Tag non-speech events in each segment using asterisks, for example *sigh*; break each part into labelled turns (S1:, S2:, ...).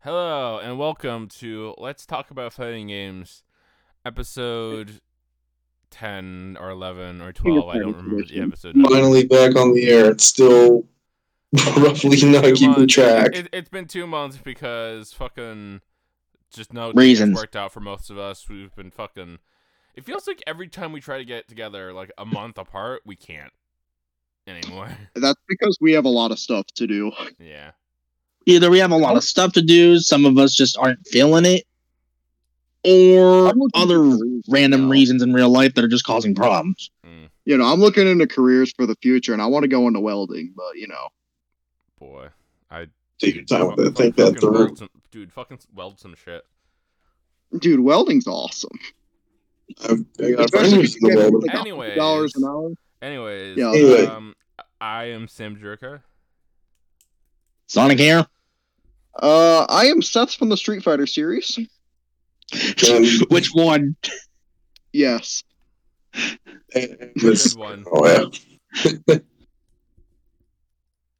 S1: Hello and welcome to Let's Talk About Fighting Games, episode ten or eleven or twelve. I don't remember the episode. number.
S2: Finally back on the air. It's still *laughs* roughly not
S1: Two
S2: keeping
S1: months.
S2: track.
S1: It, it's been two months because fucking just no
S3: Reasons.
S1: it's worked out for most of us. We've been fucking. It feels like every time we try to get together, like a month apart, we can't anymore. *laughs*
S3: That's because we have a lot of stuff to do.
S1: yeah,
S3: Either we have a lot of stuff to do, some of us just aren't feeling it, or
S4: I'm looking
S3: other
S4: for careers
S3: random
S4: now.
S3: reasons in real life that are just causing problems.
S1: Mm,
S4: You know, I'm looking into careers for the future, and I want to go into welding, but you know,
S1: boy, I
S2: Take your time with
S1: fucking-
S2: it. Think that
S1: fucking
S2: through.
S1: weld some- dude. Fucking weld some shit.
S4: dude, welding's awesome.
S2: I've, I got friends
S4: Especially
S2: who
S4: if you
S2: still
S4: get
S2: love
S4: like
S2: it.
S4: a
S1: Anyways.
S4: hundred dollars an hour.
S1: Anyways,
S4: Yeah.
S2: Anyway.
S1: um, I am Sam Jericho.
S3: Sonic Hair?
S4: Uh, I am Seth from the Street Fighter series.
S2: Um,
S3: *laughs* Which one?
S4: Yes,
S2: and this-
S1: Good one.
S2: Oh yeah.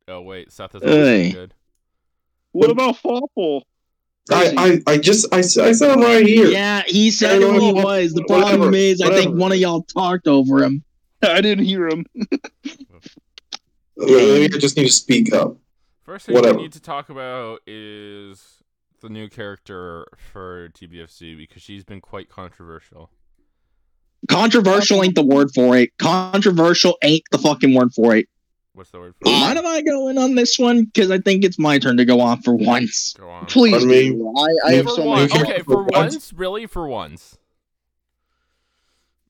S1: Oh wait, Seth is also
S3: Hey.
S1: good.
S4: What about Fawful?
S2: I, I, I just I, s- I said I'm right here.
S3: Yeah, he said
S2: Whatever,
S3: who he was. The problem
S2: whatever,
S3: is, I think
S2: whatever.
S3: one of y'all talked over him.
S4: *laughs* I didn't hear him.
S2: Maybe I just need to speak up.
S1: First thing
S2: Whatever.
S1: we need to talk about is the new character for TBFC because she's been quite controversial.
S3: Controversial ain't the word for it. Controversial ain't the fucking word for it.
S1: What's the word for it?
S3: Mind if I go in on this one? Because I think it's my turn to go on for once.
S1: Go on.
S4: Please,
S2: Pardon me?
S4: do. I, I have
S1: for
S4: so
S1: one-
S4: many.
S2: Okay.
S1: Okay, for
S2: Once?
S1: once, really, for once.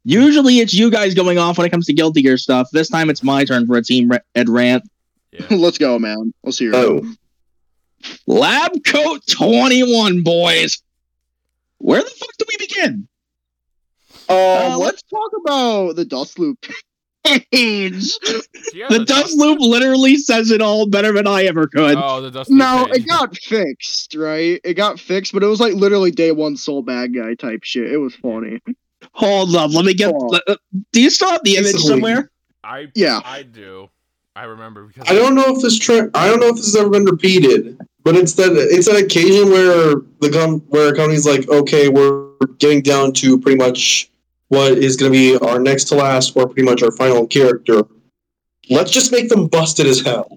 S3: Usually it's you guys going off when it comes to Guilty Gear stuff. This time it's my turn for a Team Re- Ed rant.
S1: Yeah.
S4: *laughs* Let's go, man. Let's hear it.
S2: Oh,
S3: Lab Coat 21, boys. Where the fuck do we begin?
S4: Uh,
S3: Uh,
S4: let's talk about the Dust Loop page.
S1: She has
S3: The
S1: a
S3: Dust Loop literally says it all better than I ever could.
S1: Oh, the dust.
S4: No,
S1: page.
S4: it got fixed, right? It got fixed, but it was like literally day one soul bad guy type shit. It was funny.
S3: Hold up, let me get.
S4: Oh.
S3: let- uh, do you still have the image
S2: Basically-
S3: somewhere?
S1: I
S4: Yeah.
S1: I do. I remember because
S2: I don't know if this trend. I don't know if this has ever been repeated, but it's that it's an occasion where the com- where a company's like, okay, we're getting down to pretty much what is going to be our next to last or pretty much our final character. Let's just make them busted as hell.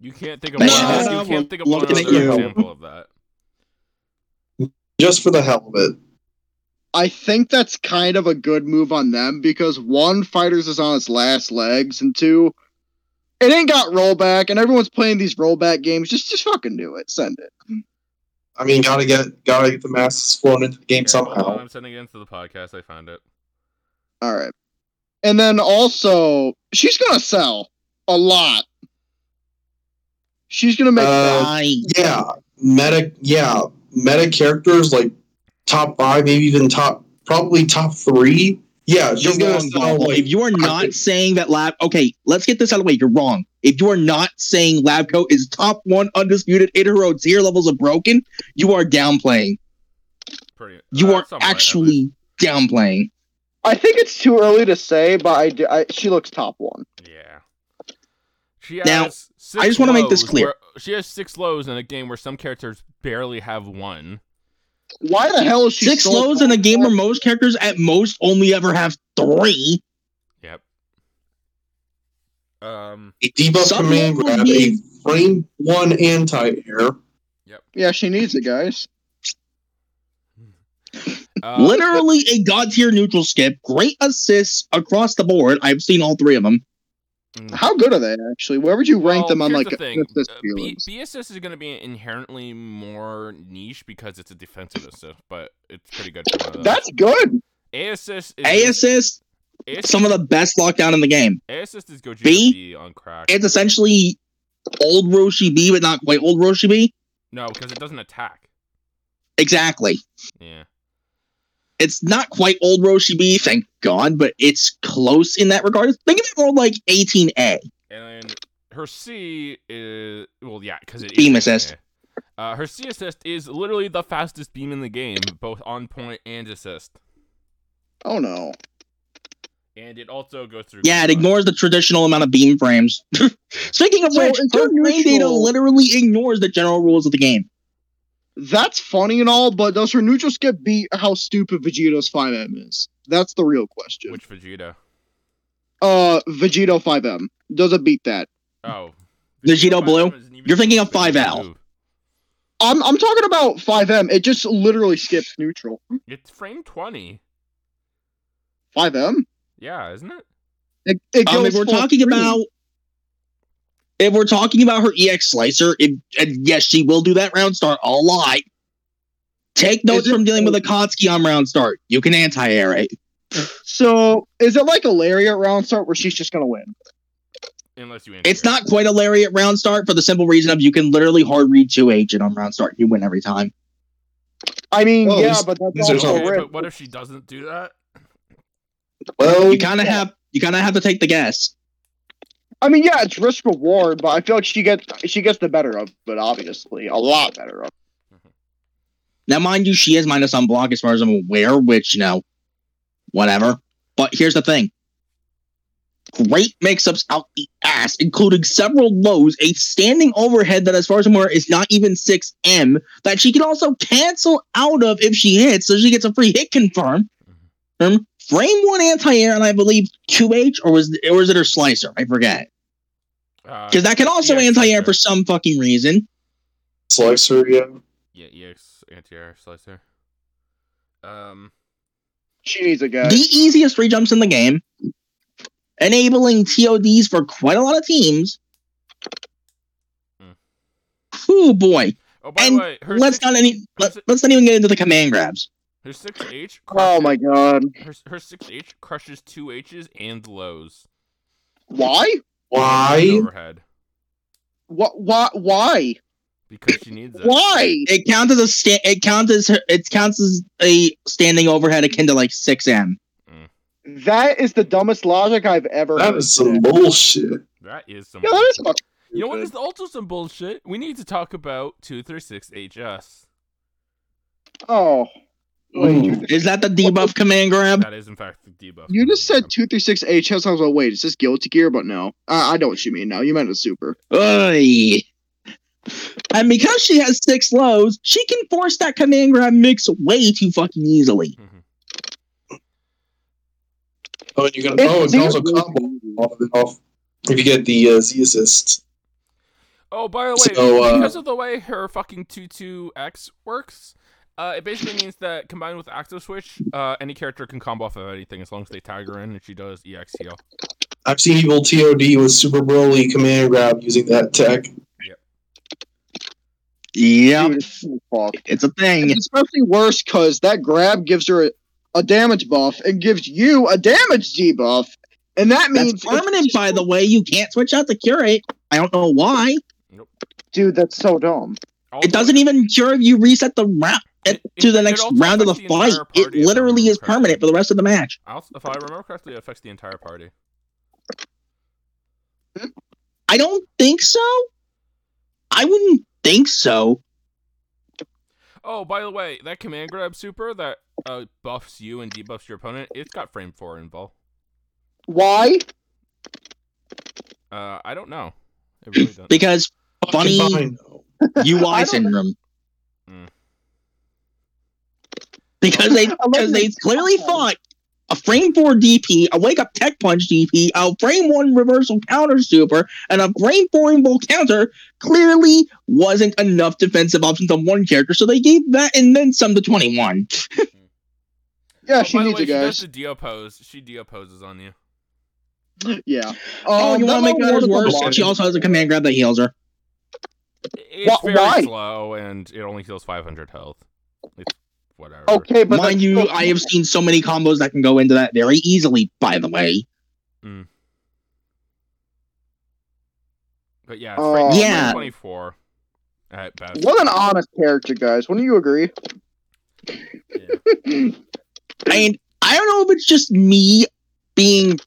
S1: you can't think of one.
S3: Man,
S1: You
S3: I'm
S1: can't think of one other
S3: looking at
S2: you.
S1: example of that.
S2: just for the hell of it.
S4: I think that's kind of a good move on them because one, Fighters is on its last legs, and two, it ain't got rollback, and everyone's playing these rollback games. Just, just fucking do it. Send it.
S2: I mean, gotta get gotta get the masses flowing into the game
S1: Here, hold on,
S2: somehow.
S1: I'm sending it into the podcast. I found it.
S4: All right. And then also, she's gonna sell a lot. She's gonna make.
S2: Uh,
S3: I,
S2: Yeah, meta. Yeah, meta characters like top five, maybe even top, probably top three. Yeah,
S3: you're
S2: she's gonna
S3: wrong,
S2: sell
S3: Volvo.
S2: like
S3: If you are not
S2: I-
S3: saying that Lab. Okay, let's get this out of the way. You're wrong. If you are not saying Lab Coat is top one undisputed Itero tier levels of broken, you are downplaying.
S1: Pretty.
S3: You
S1: uh,
S3: are
S1: somewhat, at least.
S3: actually downplaying.
S4: I think it's too early to say, but I, do- I she looks top one.
S1: Yeah. She has
S3: Now,
S1: six
S3: just wanna make this
S1: lows
S3: clear.
S1: where- she has six lows in a game where some characters barely have one.
S4: Why the hell is she
S3: Six
S4: so
S3: lows
S4: top
S3: in a game
S4: one?
S3: where most characters at most only ever have three.
S1: Yep. Um.
S2: a debuff
S3: Some
S2: command
S3: people
S2: grab, a
S3: need-
S2: frame one anti air.
S4: Yeah, she needs it, guys.
S1: uh,
S3: Literally a god tier neutral skip. Great assists across the board. I've seen all three of them.
S1: mm.
S4: How good are they actually? Where would you rank
S1: Well,
S4: them on
S1: here's
S4: like
S1: the thing.
S4: assist
S1: Uh, B-
S4: feelings?
S1: BSS is going to be inherently more niche because it's a defensive assist, but it's pretty good. For one of those.
S4: That's good.
S1: ASS is
S3: A assist,
S1: ASS,
S3: some of the best lockdown in the game.
S1: ASS is Gogeta
S3: B?
S1: B on crack.
S3: It's essentially old Roshi B, but not quite old Roshi B.
S1: no, because it doesn't attack.
S3: Exactly.
S1: Yeah.
S3: It's not quite old Roshi B, thank God, but it's close in that regard. Think of it more like 18A.
S1: And then her C is well, yeah, because it
S3: Beam
S1: is-
S3: assist.
S1: yeah. Uh, her C assist is literally the fastest beam in the game, both on point and assist.
S4: Oh no.
S1: And it also goes through.
S3: Yeah, it
S1: Kumon.
S3: ignores the traditional amount of beam frames. *laughs* Speaking of
S4: So
S3: which,
S4: is
S3: her
S4: there
S3: frame data
S4: neutral-
S3: literally ignores the general rules of the game.
S4: that's funny and all, but does her neutral skip beat how stupid Vegito's 5M is? That's the real question.
S1: Which Vegeta?
S4: Uh, Vegito 5M. Does it beat that?
S1: Oh.
S3: Vegito
S1: 5M
S3: Blue?
S1: isn't even
S3: You're thinking of
S1: Vegeta
S3: 5L.
S1: Blue.
S4: I'm, I'm talking about 5M. It just literally skips neutral.
S1: It's frame 20.
S4: 5M?
S1: Yeah, isn't it?
S4: It, it
S3: Um, if
S4: goes
S3: we're
S4: full
S3: talking
S4: screen.
S3: about if we're talking about her EX slicer, if, and yes, she will do that round start. I'll lie. Take notes
S4: it-
S3: from dealing with Akatsuki on round start. You can anti air it.
S4: So, is it like a lariat round start where she's just gonna win?
S1: Unless you.
S3: It's not quite a lariat round start for the simple reason of you can literally hard read two agent on round start. You win every time.
S4: I mean,
S2: Well,
S4: yeah,
S2: it's-
S4: but that's
S2: it's there's
S4: also
S1: Okay,
S2: no-
S4: rigged.
S1: but what if she doesn't do that?
S2: Well,
S3: You kind of have you kind of have to take the guess.
S4: I mean, yeah, it's risk reward, but I feel like she gets she gets the better of, but obviously a lot better of.
S3: Now, mind you, she is minus on block as far as I'm aware, which you know, whatever. But here's the thing: great mix-ups out the ass, including several lows, a standing overhead that, as far as I'm aware, is not even six M that she can also cancel out of if she hits, so she gets a free hit confirm.
S1: Mm-hmm.
S3: Um, frame one anti-air, and I believe two H, or was or was it her slicer? I forget
S1: Uh,
S3: because that can also
S1: yeah,
S3: anti-air
S1: sure.
S3: for some fucking reason.
S2: Slicer, yeah.
S1: yeah, EX anti-air slicer. Um,
S4: She needs a guy.
S3: the easiest three jumps in the game, enabling TODs for quite a lot of teams.
S1: Mm.
S3: Oh boy!
S1: oh, by
S3: And
S1: the way, her
S3: let's
S1: six,
S3: not any let, let's not even get into the command grabs.
S1: her six H.
S4: Oh my god!
S1: Her her six H crushes two H's and lows.
S4: Why?
S2: Why?
S1: Overhead
S4: What? Why? Why?
S1: because she needs it.
S4: Why?
S3: It counts as a sta- it counts as her- it counts as a standing overhead akin to like six M.
S4: That is the dumbest logic I've ever.
S2: That
S4: heard.
S2: is some bullshit.
S1: That is some.
S4: Yeah, that is fucking
S1: you know what is also some bullshit? We need to talk about two three six HS.
S4: Oh. Wait, you,
S2: Mm.
S3: Is that the debuff command grab?
S1: That is in fact the debuff.
S4: Um,
S1: Um,
S4: you just said two three six HS. I was like, wait, is this Guilty Gear? But no, I, I know what you mean. Now you meant a super.
S3: Oy. And because she has six lows, she can force that command grab mix way too fucking easily.
S1: Mhm.
S2: Oh, and you can.
S4: It's
S2: Oh, it's also
S4: zero.
S2: combo off, off if you get the uh, Z assist.
S1: Oh, by the way,
S2: So, uh,
S1: because of the way her fucking two two X works, uh, it basically means that combined with Active Switch, uh, any character can combo off of anything as long as they tag her in and she does E EX heal.
S2: I've seen evil TOD with Super Broly command grab using that tech.
S3: Yeah,
S4: Dude, it's so fucked.
S3: it's a thing.
S4: It's especially worse because that grab gives her a, a damage buff and gives you a damage debuff, and that means
S3: That's permanent, by the way. You can't switch out the cure it. I don't know why.
S4: dude. That's so dumb.
S1: Also,
S3: It doesn't even cure if you reset the round
S1: It- it-
S3: to the
S1: it
S3: next
S1: also
S3: round of the
S1: affects the
S3: fight.
S1: entire party,
S3: It
S1: if I
S3: literally
S1: remember
S3: is
S1: correctly.
S3: permanent for the rest of the
S4: e-
S3: match.
S1: I'll- if I remember correctly, it affects the entire party.
S3: I don't think so. I wouldn't think so.
S1: Oh, by the way, that command grab super that uh, buffs you and debuffs your opponent, it's got frame four involved.
S4: Why?
S1: Uh, I don't know. It really doesn't.
S3: Because Funny-
S2: Fucking fine, though.
S3: UI
S4: don't-
S3: syndrome.
S1: Mm.
S3: Because they
S4: I love
S3: because
S4: your-
S3: they clearly thought a frame four DP, a wake up tech punch DP, a frame one reversal counter super, and a frame four invoke counter clearly wasn't enough defensive options on one character, so they gave that and then some to twenty one.
S4: Yeah,
S1: Oh,
S4: she
S1: by the
S4: needs
S1: way,
S4: it,
S1: she does
S4: guys.
S1: the Dio pose. She Dio poses on you.
S4: Yeah. Um,
S3: Oh, you
S4: that
S3: want to make
S4: might
S3: matters
S4: work
S3: worse?
S4: a lot.
S3: She also has a command grab that heals her.
S1: It's
S4: Wha-
S1: very
S4: why?
S1: slow and it only heals 500 health. It's whatever.
S4: Okay, but
S3: Mind
S4: that's
S3: you,
S4: still-
S3: I have seen so many combos that can go into that very easily. By the way,
S1: But yeah, it's frame,
S4: Oh,
S1: frame
S3: Yeah.
S1: 24. At best.
S4: What an honest character, guys. Wouldn't you agree?
S3: and I don't know if it's just me being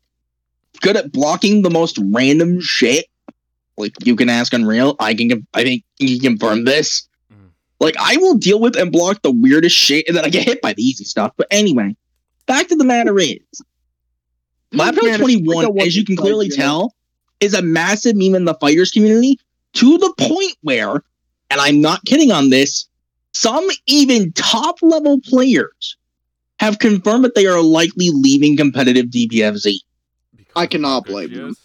S3: good at blocking the most random shit. Like you can ask Unreal, I can. I think you can confirm this.
S1: Mm.
S3: Like I will deal with and block the weirdest shit, and then I get hit by the easy stuff. But anyway, back to the matter is, Laptop
S4: Man,
S3: Twenty
S4: I don't
S3: One,
S4: want
S3: as you can
S4: to
S3: clearly
S4: fight,
S3: tell, is a massive meme in the fighters community to the point where, and I'm not kidding on this, Some even top level players have confirmed that they are likely leaving competitive DBFZ.
S1: Because of
S4: I
S1: how
S4: cannot
S1: good
S4: blame
S1: she
S4: them.
S1: is?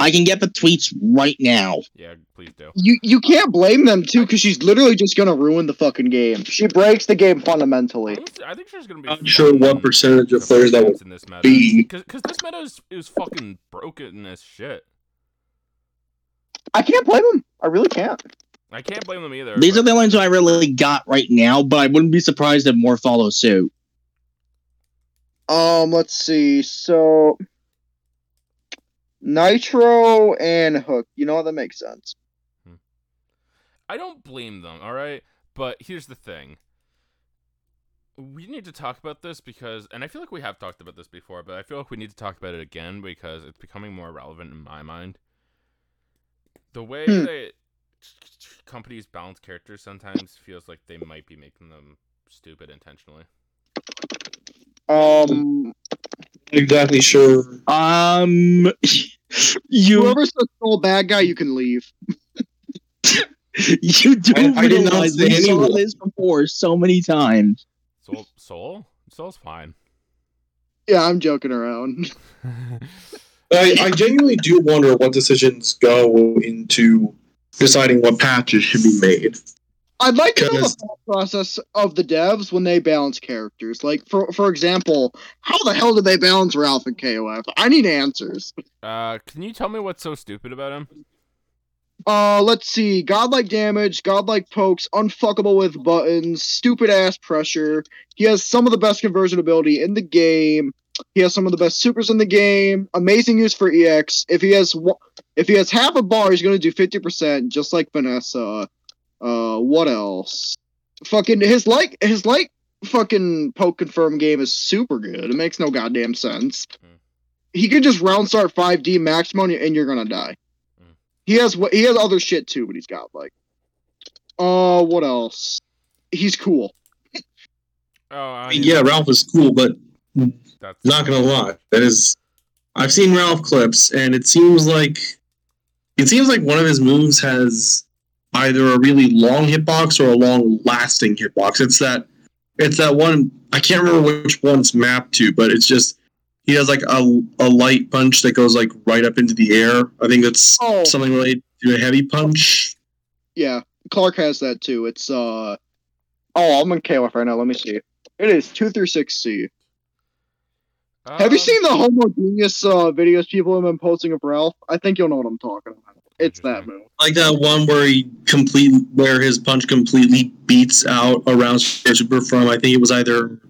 S3: I can get the tweets right now.
S1: Yeah, please do.
S4: You you can't blame them too, because she's literally just gonna ruin the fucking game. She breaks the game
S1: I
S4: fundamentally.
S1: don't- I think there's gonna be.
S2: Not sure what percentage of players that would
S1: in this meta.
S2: be.
S1: Because this meta is, is fucking broken as shit.
S4: I can't blame them. I really can't.
S1: I can't blame them either.
S3: These are
S1: but-
S3: the ones I really got right now, but I wouldn't be surprised if more follow suit.
S4: Um, let's see. So Nitro and Hook. You know what? That makes sense.
S1: I don't blame them, all right? But here's the thing. We need to talk about this because, and I feel like we have talked about this before, but I feel like we need to talk about it again because it's becoming more relevant in my mind. The way
S4: Hmm.
S1: that companies balance characters sometimes feels like they might be making them stupid intentionally.
S4: Um,
S2: exactly sure.
S3: Um, *laughs* you
S4: whoever's the sole bad guy, you can leave.
S3: you do
S2: I- I did not
S3: realize
S2: say
S3: we saw
S2: anyone.
S3: this before so many times.
S1: Soul, soul, soul's fine. *laughs*
S4: Yeah, I'm joking around. *laughs*
S2: I, I genuinely do wonder what decisions go into deciding what patches should be made.
S4: I'd like to know the
S2: Goodness.
S4: thought process of the devs when they balance characters. Like, for for example, how the hell do they balance Ralph and KOF? I need answers.
S1: uh, can you tell me what's so stupid about him?
S4: Uh, let's see. Godlike damage, godlike pokes, unfuckable with buttons, stupid ass pressure. He has some of the best conversion ability in the game. He has some of the best supers in the game. Amazing use for EX. If he has wa- if he has half a bar, he's gonna do fifty percent, just like Vanessa. Uh, what else? Fucking his like his like fucking poke confirm game is super good. It makes no goddamn sense.
S1: Hmm.
S4: He could just round start five D maximum, and you're gonna die. He has wh- he has other shit too, but he's got like, uh, what else? He's cool.
S1: Oh, I mean,
S2: Yeah, Ralph is cool, but
S1: That's
S2: not gonna lie, that is. I've seen Ralph clips, and it seems like it seems like one of his moves has either a really long hitbox or a long lasting hitbox. It's that it's that one I can't remember which one's mapped to, but it's just he has like a, a light punch that goes like right up into the air. I think that's
S4: Oh,
S2: something related to a heavy punch.
S4: yeah. Clark has that too. It's uh, oh, I'm on KOF right now. Let me see. It is two through six C. Have you
S1: Um,
S4: seen the homogeneous uh, videos people have been posting of Ralph? I think you'll know what I'm talking about. It's that
S1: Interesting.
S4: move.
S2: Like that one where he complete where his punch completely beats out a round square super from. I think it was either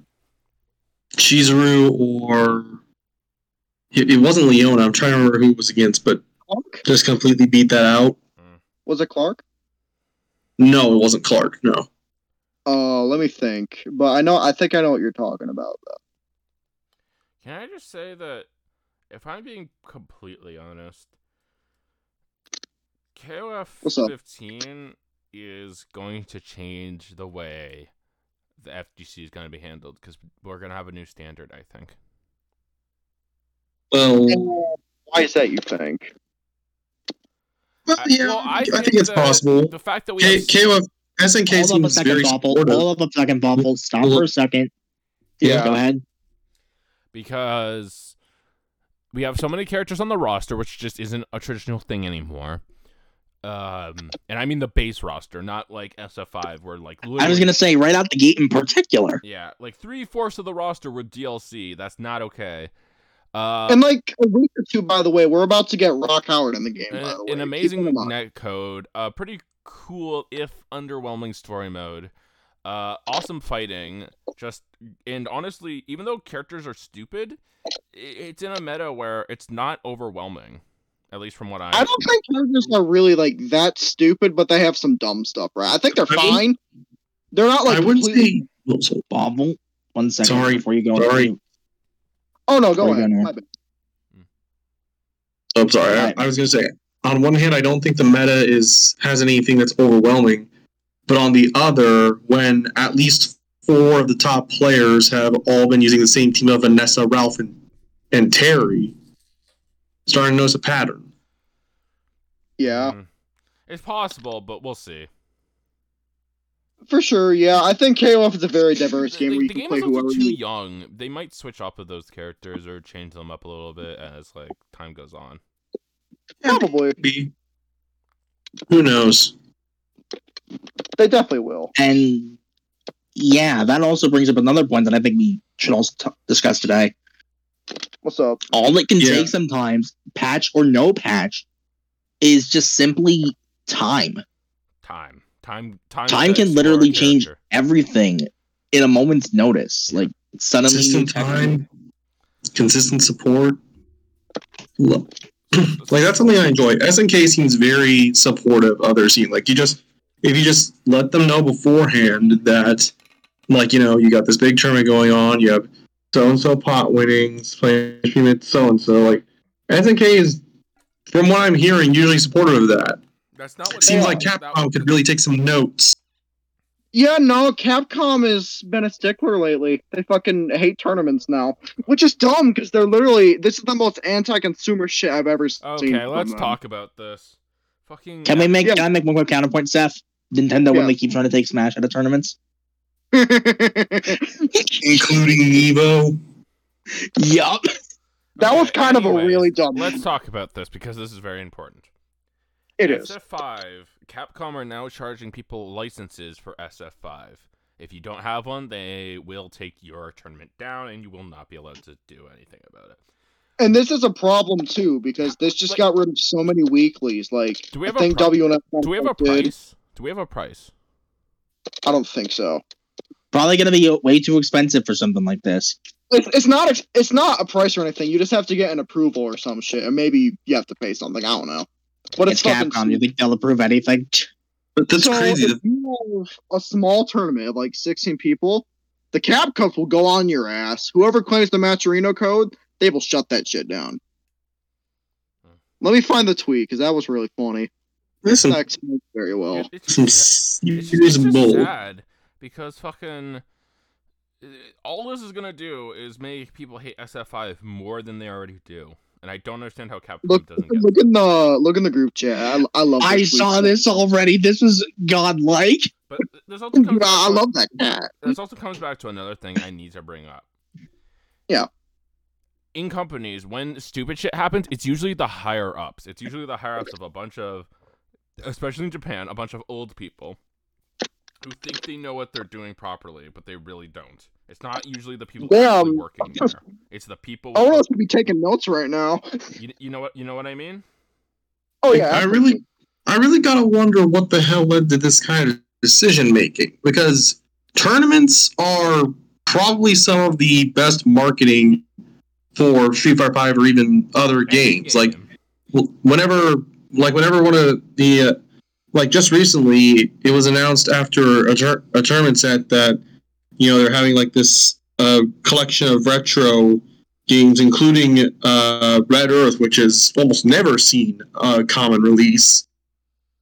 S2: Chizuru or it, it wasn't Leona. I'm trying to remember who it was against, but
S4: Clark
S2: just completely beat that out.
S4: was it Clark?
S2: No, it wasn't Clark. No,
S4: Uh, let me think. But I know. I think I know what you're talking about. Though.
S1: Can I just say that if I'm being completely honest,
S4: What's
S1: KOF
S4: up?
S1: 15 is going to change the way the FGC is going to be handled because we're going to have a new standard, I think.
S2: well,
S4: Why is that? You think?
S2: well,
S1: I-
S2: yeah,
S1: well, I
S2: I,
S1: think
S2: think it's
S1: that
S2: possible.
S1: The fact that we
S2: K-
S1: have-
S2: KOF SNK
S3: Hold up a
S2: seems
S3: second,
S2: very
S3: Bobble.
S2: supportive.
S3: Hold up a second, Bobble. Stop for a second.
S4: Yeah.
S3: Go ahead.
S1: because we have so many characters on the roster, which just isn't a traditional thing anymore. Um, and I mean the base roster, not like SF5, where like
S3: I was
S1: literally-
S3: gonna say right out the gate in particular.
S1: Yeah, like three fourths of the roster were DLC. That's not okay. Uh,
S4: And like a week or two, by the way, we're about to get Rock Howard in the game.
S1: an,
S4: by the way.
S1: an
S4: Keep
S1: amazing
S4: in mind.
S1: net code, a pretty cool if underwhelming story mode, uh, awesome fighting. Just and honestly, even though characters are stupid, i- it's in a meta where it's not overwhelming. At least from what I.
S4: I don't think characters are really like that stupid, but they have some dumb stuff, right? I think they're
S2: I mean-
S4: fine. They're not like.
S2: I would
S4: completely-
S2: say.
S3: Bobble. One second
S2: Sorry.
S3: before you go.
S2: Sorry.
S4: Oh no, go
S3: Sorry,
S4: ahead.
S3: Gunnar.
S4: My bad.
S2: Oh, I'm sorry. I, I was gonna say. On one hand, I don't think the meta is has anything that's overwhelming, but on the other, when at least four of the top players have all been using the same team of Vanessa, Ralph, and and Terry, starting to notice a pattern.
S4: Yeah.
S1: Mhm. It's possible, but we'll see.
S4: for sure. Yeah, I think KOF is a very diverse
S1: The-
S4: game
S1: the-
S4: where you
S1: the
S4: can
S1: game
S4: play
S1: is also
S4: whoever
S1: too
S4: you.
S1: young. They might switch up with those characters or change them up a little bit as like time goes on.
S4: Probably,
S2: Be. Who knows?
S4: they definitely will.
S3: And yeah, that also brings up another point that I think we should also t- discuss today.
S4: What's up?
S3: All it can
S2: Yeah.
S3: take sometimes, patch or no patch, is just simply time.
S1: Time, time, time.
S3: Time
S1: sets
S3: can
S1: for a
S3: literally change
S1: character.
S3: Everything in a moment's notice. Like suddenly
S2: Consistent time, consistent support. Lo- like that's something I enjoy. SNK seems very supportive of their scene. Like you just if you just let them know beforehand that like, you know, you got this big tournament going on, you have so and so pot winnings, playing so and so. Like SNK is from what I'm hearing, usually supportive of that.
S1: That's not what
S2: It seems
S4: Yeah.
S2: like Capcom could really take some notes.
S4: Yeah, no, Capcom has been a stickler lately. They fucking hate tournaments now, which is dumb because they're literally this is the most anti-consumer shit I've ever seen.
S1: Okay,
S4: from
S1: let's
S4: them.
S1: talk about this. Fucking.
S3: Can we make
S4: Yeah.
S3: can I make one quick counterpoint, Seth? Nintendo when
S4: Yeah.
S3: they keep trying to take Smash out of
S4: *laughs*
S3: tournaments?
S4: *laughs* that
S2: Including Nevo.
S3: Yup.
S4: was
S1: Okay,
S4: kind of a
S1: anyways,
S4: really dumb.
S1: Let's talk about this because this is very important.
S4: It is.
S1: SF5. Capcom are now charging people licenses for SF5. If you don't have one, they will take your tournament down, and you will not be allowed to do anything about it.
S4: And this is a problem too because this just
S1: Like-
S4: got rid of so many weeklies. Like
S1: Do we have
S4: I
S1: a
S4: think
S1: pro-
S4: WNF.
S1: Do we have a
S4: did.
S1: price? Do we have a price?
S4: I don't think so.
S3: Probably gonna be way too expensive for something like this.
S4: It's, it's not a, it's not a price or anything. You just have to get an approval or some shit, and maybe you have to pay something. I don't know. But it's,
S3: it's
S4: fucking
S3: Capcom. You think they'll approve anything?
S2: But that's
S4: so
S2: crazy.
S4: If you have a small tournament of like 16 people, the Cap Cup will go on your ass. Whoever claims the Maturino code, they will shut that shit down.
S1: Hmm.
S4: Let me find the tweet because that was really funny.
S2: That's
S4: It's
S2: some,
S4: not explained very well.
S1: It- it's
S2: some
S1: just- it's just,
S2: serious
S1: it's just
S2: bull.
S1: sad because fucking uh, all this is gonna do is make people hate SF5 more than they already do, and I don't understand how Capcom
S4: Look,
S1: doesn't get.
S4: look in the look in the group chat. I, I love.
S3: I
S4: this tweet
S3: saw
S4: so- *laughs*
S3: this already. This is godlike.
S1: But there's also
S4: Dude,
S1: comes
S4: I
S1: back
S4: I
S1: to- *laughs*
S4: love that cat.
S1: this also comes back to another thing I need to bring up.
S4: Yeah.
S1: In companies, when stupid shit happens, it's usually the higher ups. It's usually the higher ups of a bunch of, especially in Japan, a bunch of old people who think they know what they're doing properly, but they really don't. It's not usually the people
S4: Yeah,
S1: actually
S4: um,
S1: working there. It's the people. with
S4: Odo's gonna be taking notes right now.
S1: the- you, you know what you know what I mean?
S4: Oh yeah,
S2: I really, I really gotta wonder what the hell led to this kind of decision making because tournaments are probably some of the best marketing for Street Fighter Five or even other games. Like w- whenever, like whenever one of the, uh, like just recently, it was announced after a, tur- a tournament set that you know they're having like this uh, collection of retro games, including uh, Red Earth, which is almost never seen a common release,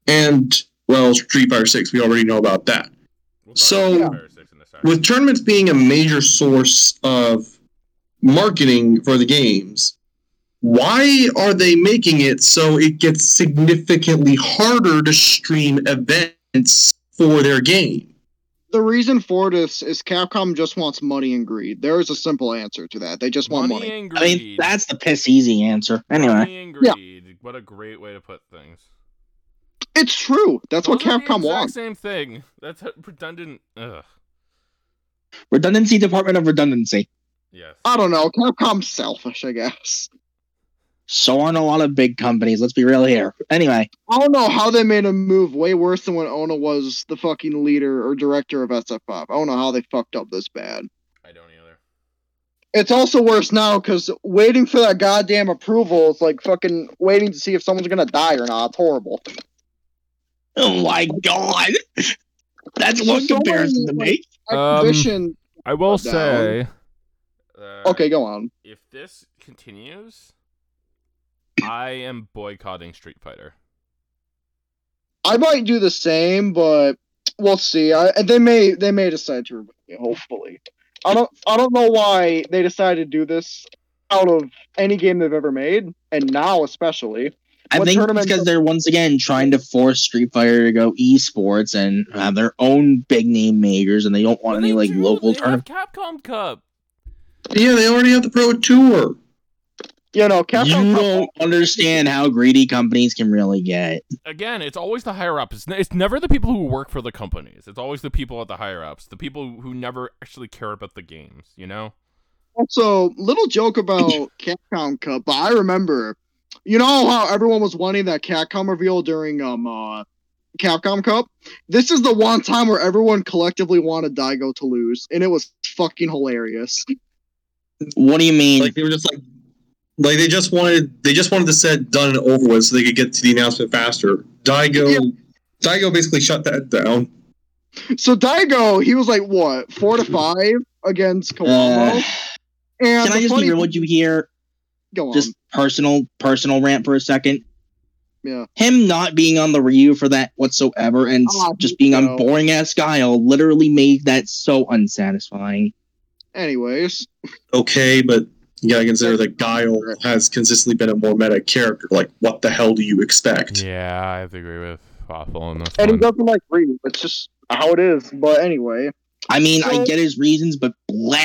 S2: and well, Street Fighter Six. We already know about that.
S1: We'll talk
S2: so-
S1: about Fire Six in a second.
S2: With tournaments being a major source of marketing for the games, why are they making it so it gets significantly harder to stream events for their game?
S4: the reason for this is Capcom just wants money and greed. There is a simple answer to that. They just want money.
S1: money and
S3: I
S1: greed.
S3: mean, that's the piss easy answer. Anyway,
S1: money and
S4: Yeah.
S1: greed. What a great way to put things.
S4: It's true. That's what
S1: Those are the
S4: Capcom
S1: exact
S4: wants.
S1: Same thing. That's a redundant. Ugh.
S3: redundancy department of redundancy.
S1: Yes.
S4: I don't know. Capcom's selfish, I guess.
S3: So aren't a lot of big companies. Let's be real here. Anyway,
S4: I don't know how they made a move way worse than when Ona was the fucking leader or director of SF5. I don't know how they fucked up this bad.
S1: I don't either.
S4: It's also worse now because waiting for that goddamn approval is like fucking waiting to see if someone's gonna die or not. It's horrible.
S3: oh my god, *laughs* that's one
S4: So many,
S3: comparison to
S4: like-
S3: make.
S1: Um,
S4: Exhibition.
S1: I will
S4: Down.
S1: say. Uh,
S4: okay, go on.
S1: If this continues, I am boycotting Street Fighter.
S4: I might do the same, but we'll see. I, and they may they may decide to remove me. Hopefully, I don't I don't know why they decided to do this out of any game they've ever made, and now especially.
S3: I I
S5: What
S3: think it's
S5: tournament-
S3: because they're once again trying to force Street Fighter to go esports and have their own big name majors, and they don't want
S1: They
S3: any like
S1: do,
S3: local
S1: they have
S3: tournament.
S1: Capcom Cup.
S2: Yeah, they already have the Pro Tour.
S5: You know,
S3: You
S5: Capcom Cup-
S3: don't understand how greedy companies can really get.
S1: Again, it's always the higher ups. It's, ne- it's never the people who work for the companies. It's always the people at the higher ups, the people who never actually care about the games. You know?
S4: Also, little joke
S3: *laughs*
S4: about Capcom Cup, but I remember, you know how everyone was wanting that Capcom reveal during um uh, Capcom Cup. This is the one time where everyone collectively wanted Daigo to lose, and it was fucking hilarious.
S3: What do you mean?
S2: Like they were just like, like they just wanted they just wanted the set done and over with so they could get to the announcement faster. Daigo,
S4: Yeah.
S2: Daigo basically shut that down.
S4: So Daigo, he was like what four to five against
S3: *sighs*
S4: Kawamo.
S3: Uh,
S4: and
S3: can I
S4: the
S3: just
S4: funny-
S3: hear what you hear?
S4: go on.
S3: Just personal, personal rant for a second.
S4: Yeah.
S3: Him not being on the Ryu for that whatsoever, and s-
S4: Oh,
S3: just being
S4: no.
S3: on boring ass Guile literally made that so unsatisfying.
S4: Anyways,
S2: Okay, but you gotta consider that Guile has consistently been a more meta character. Like, what the hell do you expect?
S1: Yeah, I have to agree with Waffle on this
S5: and he doesn't like Ryu. It's just how it is. But anyway,
S3: I mean, I
S5: Well-
S3: get his reasons, but blah.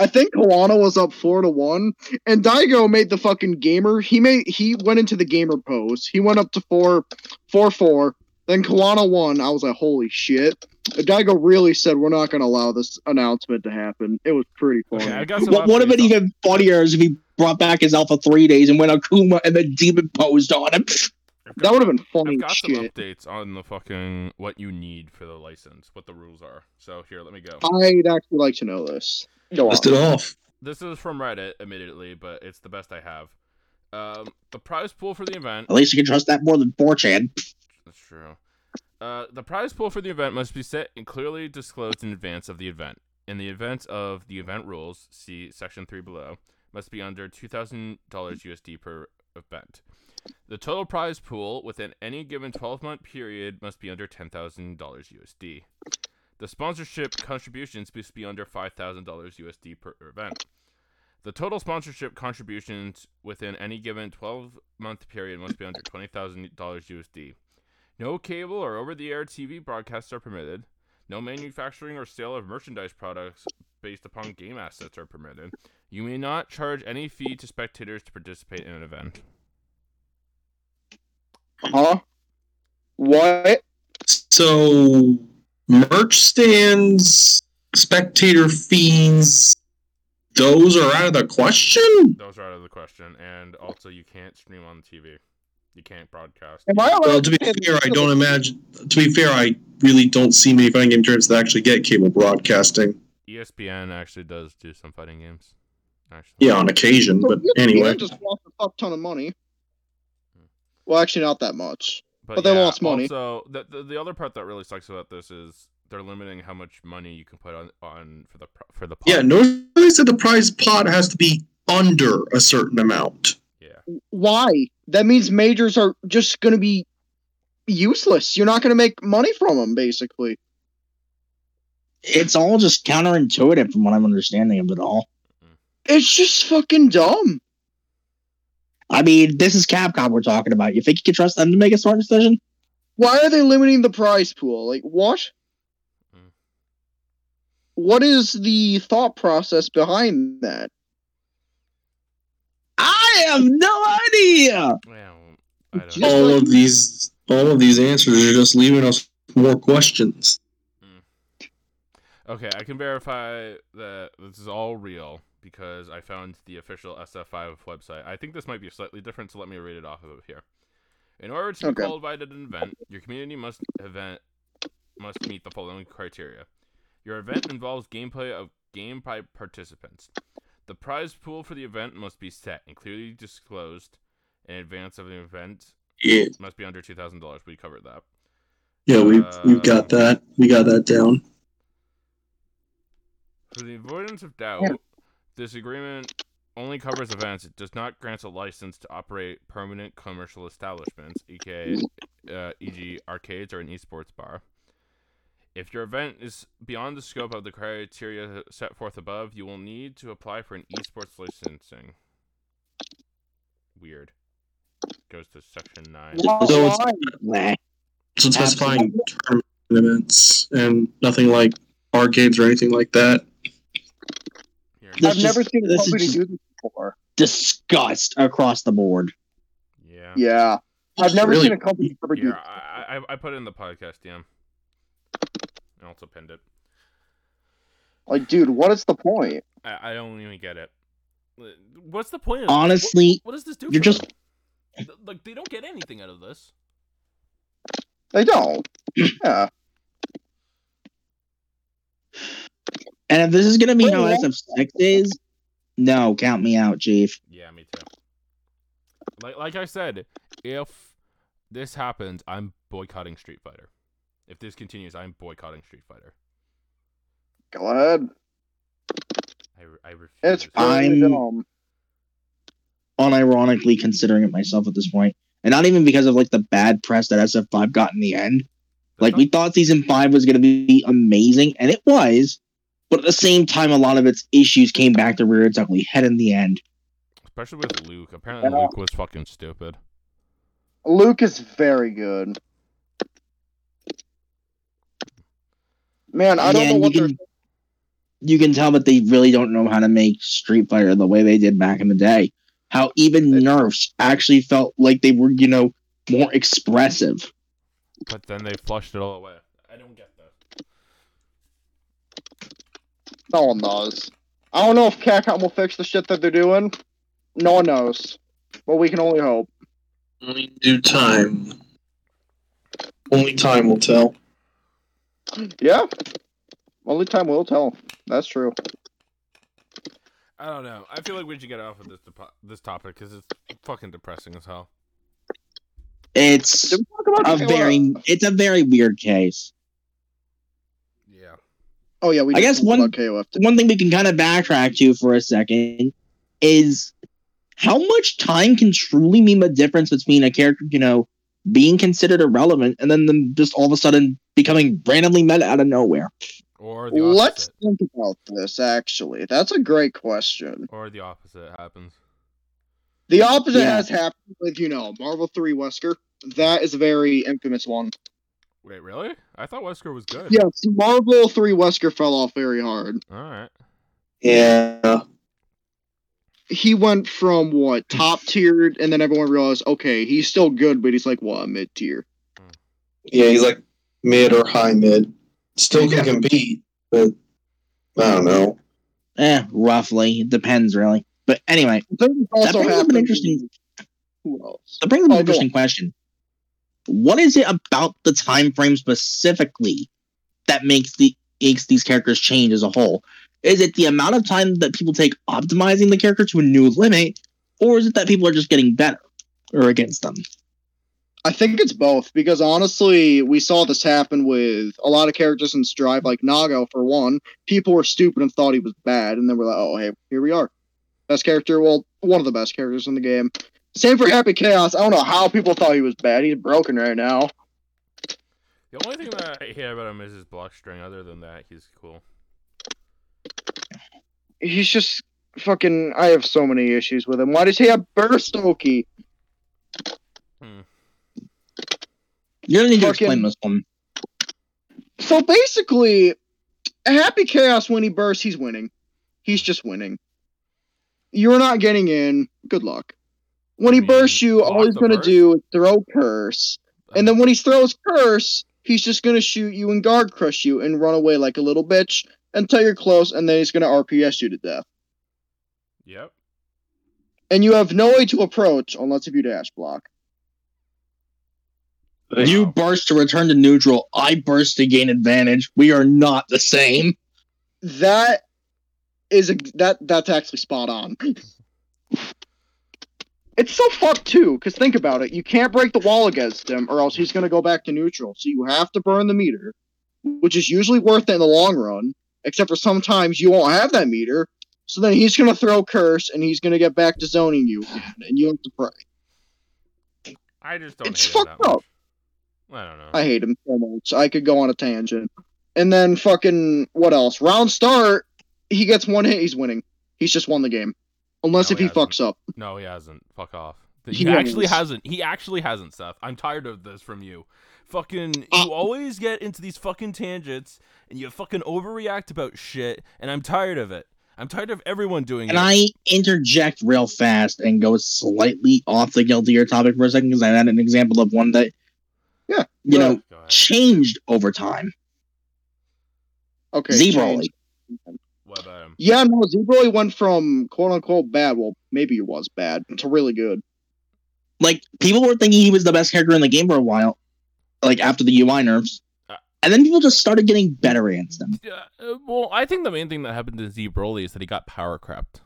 S4: I think Kawano was up four to one, and Daigo made the fucking gamer. He made he went into the gamer pose. He went up to four, four four. Then Kawano won. I was like, holy shit! Daigo really said we're not gonna allow this announcement to happen. It was pretty funny.
S1: Okay, I got some
S3: What would have been
S1: updates on-
S3: even funnier is if he brought back his Alpha 3 days and went Akuma and then Demon posed on him.
S1: I've got
S4: that would have been
S1: I've
S4: funny
S1: got some
S4: shit.
S1: updates on the fucking what you need for the license, what the rules are. So here, let me go.
S4: I'd actually like to know this.
S5: go on.
S2: List it off.
S1: This is from Reddit, admittedly, but it's the best I have. Um, the prize pool for the event.
S3: At least you can trust that more than 4chan.
S1: That's true. Uh, the prize pool for the event must be set and clearly disclosed in advance of the event. In the event of the event rules, see section three below, must be under two thousand dollars USD per event. The total prize pool within any given twelve month period must be under ten thousand dollars USD. The sponsorship contributions must be under five thousand dollars USD per event. The total sponsorship contributions within any given twelve month period must be under twenty thousand dollars USD. No cable or over the air TV broadcasts are permitted. No manufacturing or sale of merchandise products based upon game assets are permitted. You may not charge any fee to spectators to participate in an event.
S2: Uh-huh.
S5: Huh? What?
S2: So, merch stands, spectator fees, those are out of the question.
S1: Those are out of the question. And also, you can't stream on TV. You can't broadcast.
S5: Am I allowed
S2: Well, to be
S5: say
S2: fair, I
S5: this?
S2: don't imagine. To be fair, I really don't see many fighting game tournaments that actually get cable broadcasting.
S1: E ESPN actually does do some fighting games. Actually.
S2: Yeah, on occasion, but
S4: You
S2: anyway.
S4: just lost a fuck ton of money. Well, actually, not that much.
S1: But,
S4: But they
S1: yeah,
S4: lost money.
S1: Also, the, the the other part that really sucks about this is they're limiting how much money you can put on, on for the pro- for the
S2: Yeah,
S1: pot.
S2: notice that the prize pot has to be under a certain amount.
S1: yeah.
S4: Why? That means majors are just going to be useless. You're not going to make money from them, basically.
S3: It's all just counterintuitive from what I'm understanding of it all.
S4: It's just fucking dumb.
S3: I mean, this is Capcom we're talking about. You think you can trust them to make a smart decision?
S4: Why are they limiting the prize pool? Like, what?
S1: Mm.
S4: What is the thought process behind that?
S3: I have no idea.
S1: Well, I don't know.
S4: Just
S2: all
S4: like-
S2: of these, all of these answers are just leaving us more questions.
S1: Okay, I can verify that this is all real because I found the official SF5 website. I think this might be slightly different, so let me read it off of here. In order to be
S4: Okay.
S1: qualified at an event, your community must event must meet the following criteria. Your event involves gameplay of game by participants. The prize pool for the event must be set and clearly disclosed in advance of the event.
S2: Yeah,
S1: Must be under two thousand dollars. We covered that.
S2: yeah, we've we've got that, we got that down.
S1: For the avoidance of doubt, this agreement only covers events. It does not grant a license to operate permanent commercial establishments, aka, uh, e.g., arcades or an esports bar. If your event is beyond the scope of the criteria set forth above, you will need to apply for an esports licensing. Weird. Goes to section nine.
S2: So it's-
S3: Why? Nah.
S2: So specifying tournament events and nothing like arcades or anything like that.
S1: Here.
S3: This
S4: I've
S3: is-
S4: never seen
S3: this is
S4: company
S3: just-
S4: do this before.
S3: Disgust across the board.
S1: Yeah.
S4: Yeah. I've never
S2: Really?
S4: seen a company ever do
S1: Here, I, I I put it in the podcast DM. I also pinned it.
S4: like, dude, what is the point?
S1: I, I don't even get it. What's the point? Of
S3: Honestly,
S1: what, what does this do?
S3: you're
S1: for
S3: just-
S1: them? Th- like they don't get anything out of this.
S4: They don't.
S3: *clears throat*
S4: Yeah.
S3: And if this is gonna be
S4: Wait,
S3: how
S4: what?
S3: SF6 is, no, count me out, Chief.
S1: Yeah, me too. Like like I said, if this happens, I'm boycotting Street Fighter. If this continues, I'm boycotting Street Fighter.
S4: Go ahead.
S1: I, re- I refuse.
S4: It's
S3: I'm-
S4: really dumb.
S3: Unironically considering it myself at this point. And not even because of like the bad press that SF5 got in the end.
S1: That's
S3: Like
S1: not-
S3: we thought season five was gonna be amazing, and it was, but at the same time a lot of its issues came back to rear its ugly head in the end.
S1: especially with Luke. Apparently,
S4: Yeah.
S1: Luke was fucking stupid.
S4: Luke is very good. Man, I don't
S3: Yeah,
S4: know
S3: and
S4: what
S3: you
S4: they're
S3: can- You can tell that they really don't know how to make Street Fighter the way they did back in the day. How even nerfs actually felt like they were, you know, more expressive.
S1: But then they flushed it all away. I don't get that.
S4: No one knows. I don't know if Capcom will fix the shit that they're doing. No one knows. But we can only hope.
S2: Only due time. Only time will tell.
S4: Yeah. Only time will tell. That's true.
S1: I don't know. I feel like we should get off of this depo- this topic because it's fucking depressing as hell.
S3: It's
S4: Did we talk about
S3: a
S4: Kayla?
S3: very it's a very weird case.
S1: Yeah.
S4: Oh yeah, we.
S3: I
S4: did
S3: guess
S4: talk
S3: one-
S4: about KOF.
S3: One thing we can kind of backtrack to for a second is how much time can truly mean the difference between a character, you know, being considered irrelevant and then them just all of a sudden becoming randomly meta out of nowhere.
S1: Or the opposite.
S4: Let's think about this. Actually, that's a great question.
S1: Or the opposite happens.
S4: The opposite
S3: Yeah.
S4: has happened with you know Marvel Three Wesker. That is a very infamous one.
S1: Wait, really? I thought Wesker was good.
S4: Yes, Marvel Three Wesker fell off very hard.
S1: All right.
S2: Yeah.
S4: He went from what
S3: *laughs*
S4: top tiered, and then everyone realized, okay, he's still good, but he's like what mid tier.
S2: Yeah, he's like mid or high mid. Still
S4: Yeah.
S2: can compete, but I don't know.
S3: Eh, roughly. It depends really. But anyway,
S4: Also
S3: brings up an
S4: happened-
S3: interesting-
S4: Who else?
S3: that brings up
S4: Oh,
S3: an
S4: go
S3: interesting question. What is it about the time frame specifically that makes the makes these characters change as a whole? Is it the amount of time that people take optimizing the character to a new limit, or is it that people are just getting better or against them?
S4: I think it's both because honestly, we saw this happen with a lot of characters in Strive, like Nago for one. People were stupid and thought he was bad, and then we're like, oh, hey, here we are. Best character, well, one of the best characters in the game. Same for Happy Chaos. I don't know how people thought he was bad. He's broken right now.
S1: The only thing that I hate about him is his block string. Other than that, he's cool.
S4: He's just fucking. I have so many issues with him. Why does he have Burst Oki?
S3: You're gonna need to
S4: Fucking-
S3: explain this one.
S4: So basically, Happy Chaos, when he bursts, he's winning. He's just winning. You're not getting in. Good luck. When
S1: I
S4: he
S1: mean,
S4: bursts you,
S1: block
S4: all he's
S1: the
S4: going to
S1: burst? Uh-huh.
S4: do is throw curse. And then when he throws curse, he's just going to shoot you and guard crush you and run away like a little bitch until you're close, and then he's going to RPS you to death.
S1: Yep.
S4: And you have no way to approach unless if you dash block.
S3: You burst to return to neutral. I burst to gain advantage. We are not the same.
S4: That is a, that that's actually spot on. It's so fucked too, because think about it. You can't break the wall against him, or else he's gonna go back to neutral. So you have to burn the meter, which is usually worth it in the long run. Except for sometimes you won't have that meter, so then he's gonna throw curse, and he's gonna get back to zoning you, again, and you have to pray.
S1: I just don't.
S4: It's
S1: hate him
S4: fucked
S1: that
S4: up.
S1: Much. I don't know.
S4: I hate him so much. I could go on a tangent. And then fucking what else? Round start, he gets one hit, he's winning. He's just won the game. Unless
S1: No,
S4: if
S1: he
S4: he
S1: hasn't.
S4: fucks up.
S1: No, he hasn't. Fuck off. That
S4: He
S1: he actually
S4: knows.
S1: hasn't. He actually hasn't, Seth. I'm tired of this from you. Fucking, you
S3: Uh.
S1: always get into these fucking tangents, and you fucking overreact about shit, and I'm tired of it. I'm tired of everyone doing
S3: Can
S1: it.
S3: I interject real fast and go slightly off the guiltier topic for a second? Because I had an example of one that,
S4: Yeah,
S3: you know,
S1: Go ahead.
S3: changed over time.
S4: Okay.
S3: Zebroly.
S4: change.
S1: What about him?
S4: Yeah, no, Zebroly went from quote unquote bad, well, maybe he was bad, to really good.
S3: Like, people were thinking he was the best character in the game for a while, like, after the UI nerfs.
S1: Uh.
S3: And then people just started getting better against him.
S1: Yeah, uh, well, I think the main thing that happened to Z Broly is that he got power crapped.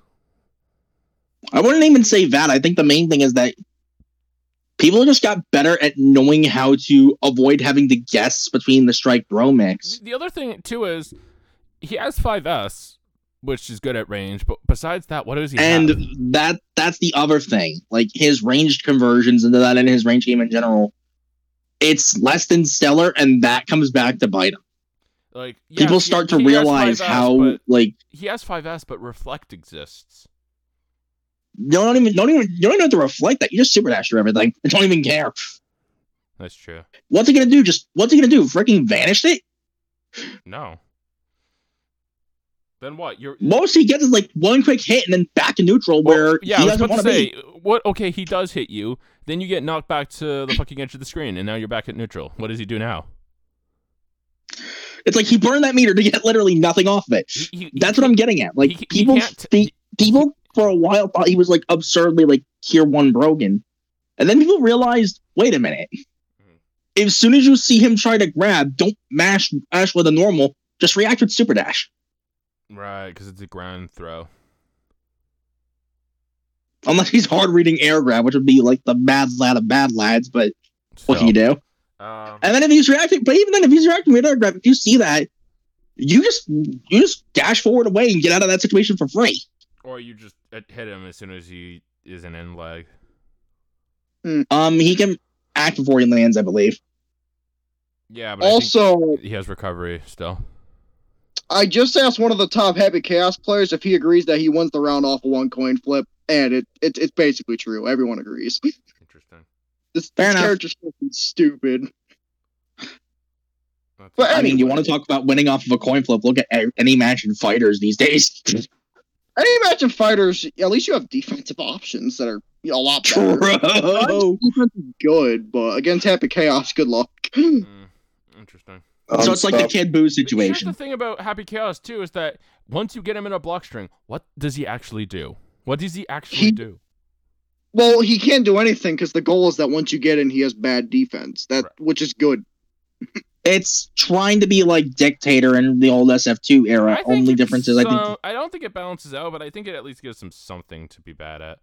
S3: I wouldn't even say that. I think the main thing is that people just got better at knowing how to avoid having to guess between the strike bro mix.
S1: The other thing too is he has 5S, which is good at range. But besides that, what does he have?
S3: and that that's the other thing like his ranged conversions into that and his range game in general it's less than stellar and that comes back to bite him
S1: Like yeah,
S3: people
S1: he-
S3: start to
S1: he has
S3: realize
S1: 5S,
S3: how
S1: but
S3: like
S1: he has 5S, but reflect exists.
S3: you don't even don't even you don't even have to reflect that you just super dash through everything i don't even care
S1: That's true.
S3: what's it gonna do just what's it gonna do freaking vanish it
S1: No. Then what? You're
S3: most he gets is like one quick hit and then back to neutral
S1: Well,
S3: where
S1: yeah,
S3: he
S1: I was
S3: doesn't
S1: about
S3: want
S1: to
S3: to
S1: say
S3: be
S1: what? Okay, he does hit you. Then you get knocked back to the fucking edge of the screen, and now you're back at neutral. What does he do now?
S3: it's like he burned that meter to get literally nothing off of it
S1: He- he- he
S3: that's what i'm getting at like
S1: he- he
S3: people
S1: can't-
S3: think people for a while thought he was like absurdly like tier one Brogan. And then people realized, wait a minute.
S1: Mm-hmm.
S3: As soon as you see him try to grab, don't mash mash with a normal, just react with super dash.
S1: Right, because it's a ground throw.
S3: Unless he's hard reading air grab, which would be like the bad lad of bad lads, but what can you do?
S1: do? Um,
S3: And then if he's reacting, but even then if he's reacting with air grab, if you see that, you just you just dash forward away and get out of that situation for free.
S1: or you just uh, hit him as soon as he is an end leg.
S3: Um he can act before he lands, I believe.
S1: Yeah, but
S4: Also,
S1: I think he has recovery still.
S4: I just asked one of the top heavy chaos players if he agrees that he wins the round off of one coin flip, and it, it it's basically true. Everyone agrees. This,
S1: Interesting.
S4: this
S3: Fair enough.
S4: character's fucking stupid.
S1: That's-
S4: But
S3: I mean, you
S4: Anyway.
S3: want to talk about winning off of a coin flip? Look at a- any match in fighters these days. *laughs*
S4: Any match of fighters, at least you have defensive options that are you know, a lot better.
S1: Oh.
S3: True.
S4: Defense is good, but against happy chaos, good luck. *laughs*
S1: Mm, interesting.
S3: So it's like the
S2: Unstoppable.
S3: Kid
S1: But
S3: Boo
S1: Here's the
S3: situation.
S1: thing about Happy Chaos too is that once you get him in a block string, what does he actually do? What does he actually
S4: He-
S1: do?
S4: well, he can't do anything because the goal is that once you get in, he has bad defense. That
S1: Right.
S4: which is good.
S3: It's trying to be like Dictator in the old SF2 era.
S1: I think
S3: Only
S1: it
S3: difference is I
S1: so-
S3: think
S1: I don't think it balances out, but I think it at least gives him something to be bad at.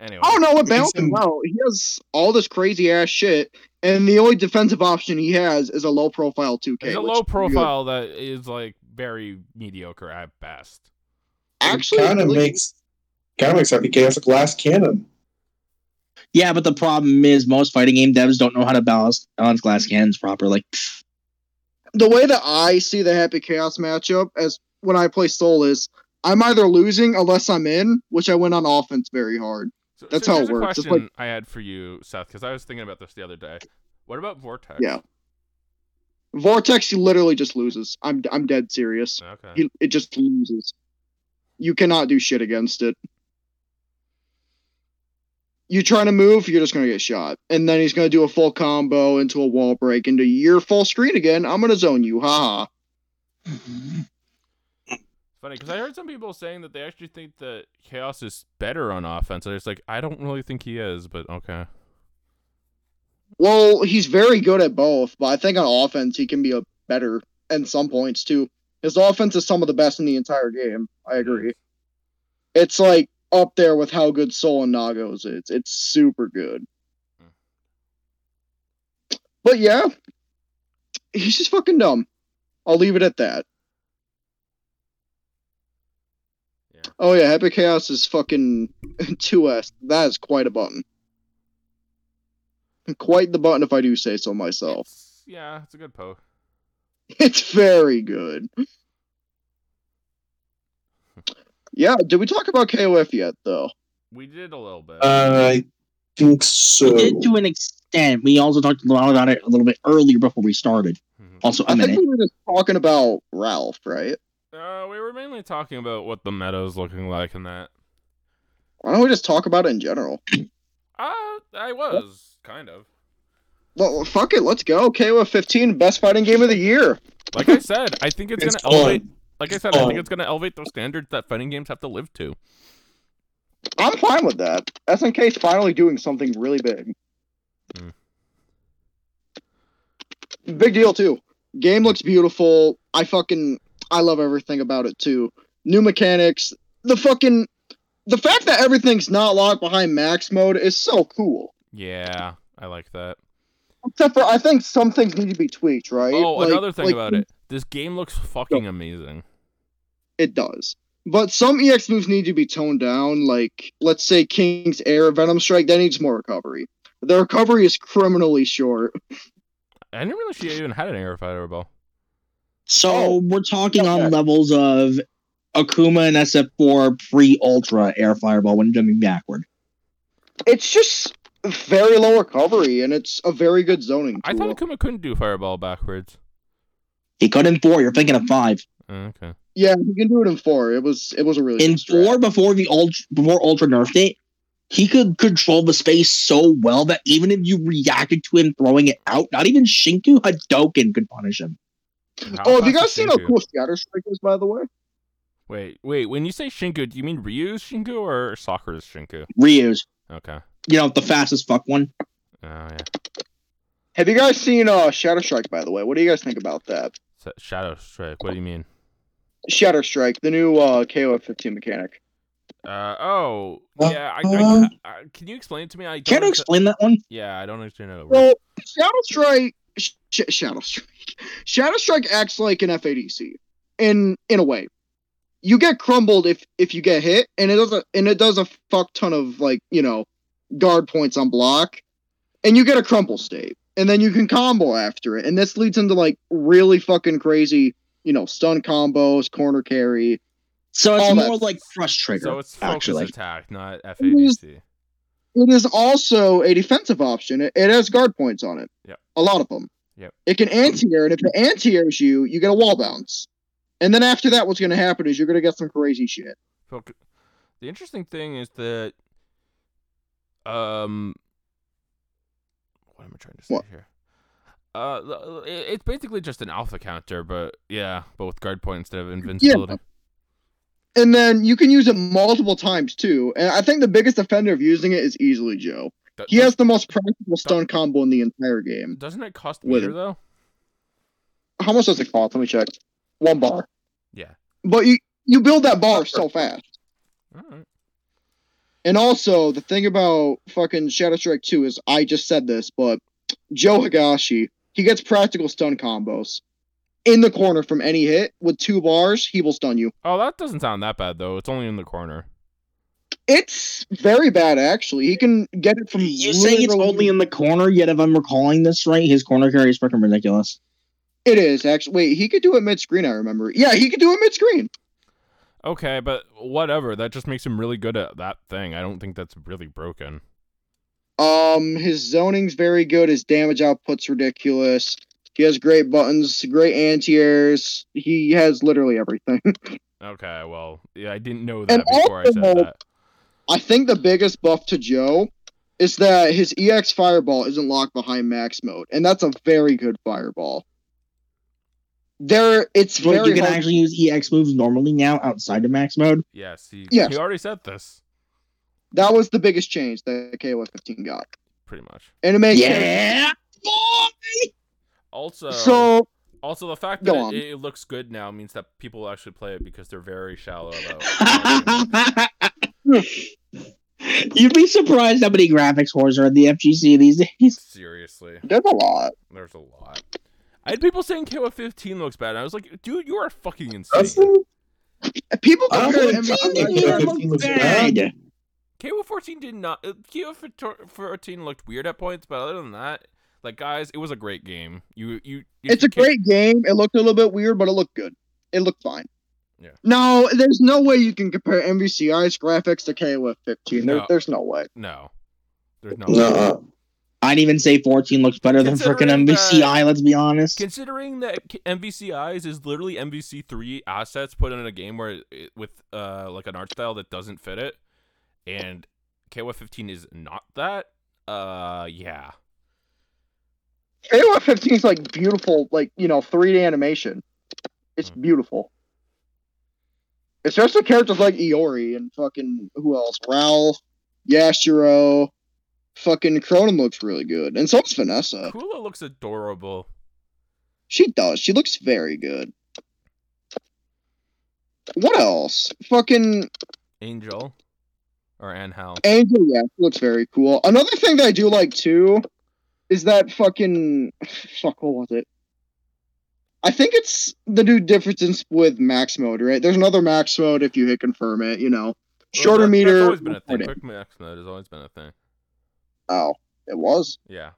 S1: Anyway,
S3: Oh,
S4: I don't know what
S2: It's-
S4: balances out. He has all this crazy ass shit, and the only defensive option he has is a low profile 2K.
S1: it's a
S4: which
S1: low
S4: is good.
S1: profile that is like very mediocre at best.
S4: Actually,
S2: kind of
S4: really-
S2: makes kind of makes Happy Chaos a glass cannon.
S3: yeah, but the problem is most fighting game devs don't know how to balance balance glass cannons properly.
S4: the way that I see the Happy Chaos matchup as when I play Soul is I'm either losing unless I'm in, which I went on offense very hard.
S1: So,
S4: That's
S1: so
S4: how it
S1: here's a
S4: works. It's
S1: question I had for you, Seth, because I was thinking about this the other day. What about Vortex?
S4: Yeah. Vortex, he literally just loses. I'm I'm dead serious.
S1: Okay.
S4: He, it just loses. You cannot do shit against it. You trying to move, you're just gonna get shot, and then he's gonna do a full combo into a wall break into your full screen again. I'm gonna zone you, haha.
S1: Funny, because I heard some people saying that they actually think that Chaos is better on offense. I was like, I don't really think he is, but okay.
S4: Well, he's very good at both, but I think on offense he can be a better and some points too. His offense is some of the best in the entire game. I agree. It's like up there with how good Soul and Nago's is. It's super good. But yeah, he's just fucking dumb. I'll leave it at that.
S1: Yeah.
S4: Oh yeah, Epic Chaos is fucking *laughs* 2S. That is quite a button. Quite the button if I do say so myself. *laughs*
S1: It's- yeah, it's a good poke.
S4: It's very good. Yeah, did we talk about KOF yet, though?
S1: We did a little bit.
S2: Uh, I think so.
S3: We did to an extent. We also talked a lot about it a little bit earlier before we started.
S1: Mhm.
S3: Also,
S4: I
S3: a
S4: think
S3: minute.
S4: we were just talking about Ralph, right?
S1: Uh, we were mainly talking about what the meadow's looking like and that.
S4: Why don't we just talk about it in general?
S1: Uh, I was kind of.
S4: Well, fuck it, let's go. KOF 15, best fighting game of the year.
S1: Like I said, I think it's,
S2: It's
S1: gonna elevate.
S2: fun.
S1: Like I said, I
S2: fun.
S1: think it's gonna elevate those standards that fighting games have to live to.
S4: I'm fine with that. SNK's finally doing something really big.
S1: Hmm.
S4: Big deal too. Game looks beautiful. I fucking I love everything about it too. New mechanics. The fucking the fact that everything's not locked behind max mode is so cool.
S1: Yeah, I like that.
S4: Except for I think some things need to be tweaked, right?
S1: Oh,
S4: Like-
S1: another thing
S4: like,
S1: about it. This game looks fucking amazing.
S4: It does. But some EX moves need to be toned down, like let's say King's Air Venom Strike, that needs more recovery. The recovery is criminally short.
S1: I didn't realize she even had an air fighter ball.
S3: So
S4: Oh.
S3: we're talking
S4: Okay.
S3: on levels of Akuma and SF4 pre Ultra Air Fireball when jumping backward.
S4: It's just very low recovery and it's a very good zoning
S1: I
S4: tool.
S1: thought Akuma couldn't do fireball backwards.
S3: He cut in four. You're thinking of five
S1: Uh, Okay.
S4: yeah, you can do it in four. It was it was a really
S3: in
S4: good strat.
S3: four before the ultra before Ultra nerfed it. He could control the space so well that even if you reacted to him throwing it out, not even Shinku Hadoken could punish him.
S1: How
S4: Oh, have you
S1: fast
S4: guys
S1: is
S4: seen how
S1: Shinku?
S4: cool Shatter Strike is, by the way?
S1: Wait, wait. When you say Shinku, do you mean Ryu's Shinku or Sakura's Shinku?
S3: Ryu's,
S1: Okay.
S3: you know, the fastest fuck one.
S1: Oh yeah.
S4: Have you guys seen uh Shatter Strike, by the way? What do you guys think about that?
S1: S- Shadow Strike. What do you mean?
S4: Shatter Strike, the new uh KOF fifteen mechanic.
S1: Uh oh.
S2: Uh,
S1: Yeah. I,
S4: um,
S1: I, I- can you explain it to me? I
S3: Care
S1: don't.
S3: to
S1: understa-
S3: explain that one?
S1: yeah, I don't understand how it works.
S4: Well, Shadow Strike, sh- sh- Shadow Strike, Shadow Strike acts like an FADC in in a way. You get crumbled if if you get hit, and it does a and it does a fuck ton of like you know guard points on block, and you get a crumple state, and then you can combo after it, and this leads into like really fucking crazy you know stun combos, corner carry.
S3: So it's
S4: All that.
S3: more like Crush Trigger.
S1: so it's focus
S3: actually.
S1: attack, not
S4: is-
S1: FADC.
S4: It is also a defensive option. It, it has guard points on it.
S1: Yep.
S4: A lot of them.
S1: Yep.
S4: It can anti-air, and if it anti-airs you, you get a wall bounce. And then after that, what's going to happen is you're going to get some crazy shit.
S1: Focus. The interesting thing is that, um, what am I trying to say
S4: What?
S1: here? Uh, the- it- it's basically just an alpha counter, but yeah, but with guard point instead of invincibility.
S4: And then you can use it multiple times too. And I think the biggest offender of using it is easily Joe.
S1: Th-
S4: He has the most practical stun combo in the entire game.
S1: Doesn't it cost
S4: With
S1: meter
S4: it.
S1: though?
S4: How much does it cost? Let me check. One bar.
S1: Yeah.
S4: But you you build that bar so fast.
S1: All right.
S4: And also, the thing about fucking Shadow Strike 2 is I just said this, but Joe Higashi, he gets practical stun combos in the corner from any hit with two bars, he will stun you.
S1: Oh, that doesn't sound that bad though. It's only in the corner.
S4: It's very bad actually. He can get it from
S3: You're saying it's
S4: literally-
S3: only in the corner, yet if I'm recalling this right, his corner carry is freaking ridiculous.
S4: It is actually. Wait, he could do it mid screen, I remember. Yeah, he could do it mid screen.
S1: Okay, but whatever. That just makes him really good at that thing. I don't think that's really broken.
S4: Um, his zoning's very good. His damage output's ridiculous. He has great buttons, great anti-airs. He has literally everything.
S1: Okay, well, yeah, I didn't know that
S4: And
S1: before I
S4: also,
S1: said
S4: uh,
S1: that.
S4: I think the biggest buff to Joe is that his EX fireball isn't locked behind max mode, and that's a very good fireball. There, it's
S3: Wait,
S4: very
S3: you can
S4: hard-
S3: actually use EX moves normally now outside of max mode.
S1: Yes, he,
S4: Yes.
S1: he already said this,
S4: that was the biggest change that KOF 15 got,
S1: pretty much.
S4: and it makes
S3: Yeah.
S1: Also,
S4: so.
S1: also the fact
S4: Go
S1: that
S4: on.
S1: it, it looks good now means that people actually play it because they're very shallow
S4: *laughs*
S1: about.
S3: *laughs* You'd be surprised how many graphics whores are in the FGC these *laughs* days.
S1: Seriously,
S4: There's a lot.
S1: there's a lot. I had people saying KOF 15 looks bad, and I was like, dude, you are fucking insane.
S2: That's the-
S4: People
S3: Oh,
S2: I don't
S4: compare
S2: really
S4: him-
S2: think
S4: I'm
S2: he
S4: not-
S2: looked bad.
S1: KOF 14 did not. uh, KOF 14 14 looked weird at points, but other than that, like guys, it was a great game. You, you. if
S4: It's
S1: you
S4: a
S1: can't-
S4: great game. It looked a little bit weird, but it looked good. It looked fine.
S1: Yeah.
S4: No, there's no way you can compare MVCI's graphics to KOF 15.
S1: No.
S4: There, there's no way.
S1: No. There's no.
S2: No,
S3: I'd even say 14 looks better than freaking
S1: Considering that-
S3: MVCI. Let's be honest.
S1: Considering that K- MVCIs is literally MVC three assets put in a game where it, with uh like an art style that doesn't fit it, and KOF 15 is not that. Uh, yeah.
S4: AOF 15 is like beautiful, like, you know, 3D animation. It's
S1: Mhm.
S4: beautiful. Especially characters like Iori and fucking who else? Ralph, Yashiro, fucking Cronin looks really good. And so does Vanessa.
S1: Kula looks adorable.
S4: She does. She looks very good. What else? Fucking
S1: Angel, or Angel.
S4: Angel, yeah, she looks very cool. Another thing that I do like too is that fucking fuck. What was it? I think it's the new difference with max mode, right? There's another max mode if you hit confirm it. You know, shorter
S1: Well, that- That's
S4: meter.
S1: always been a thing.
S4: recording.
S1: Quick max mode has always been a thing.
S4: Oh, it was.
S1: Yeah,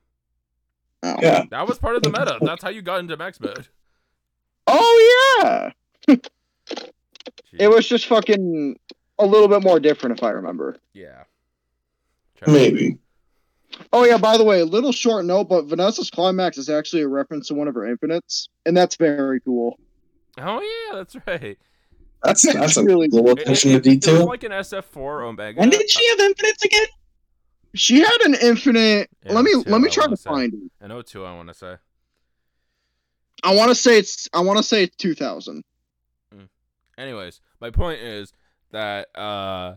S4: Oh,
S2: yeah.
S1: that was part of the meta. That's how you got into max mode.
S4: oh yeah. It
S1: Jeez.
S4: was just fucking a little bit more different if I remember.
S1: Yeah.
S2: Maybe.
S4: Oh yeah, by the way, a little short note, but Vanessa's climax is actually a reference to one of her infinites, and that's very cool.
S1: Oh yeah, that's right.
S2: That's that's a
S4: Really-
S2: little
S1: It-
S2: attention
S1: it-
S2: to
S1: it- It was
S2: detail.
S1: like an SF4 Omega.
S3: when did she have infinites again?
S4: She had an infinite.
S1: Yeah,
S4: let me
S1: that's
S4: let me
S1: what I
S4: try
S1: wanna
S4: to
S1: say.
S4: find it.
S1: An O2, I want to say.
S4: I want to say it's. I want to say it's two thousand.
S1: Anyways, my point is that uh,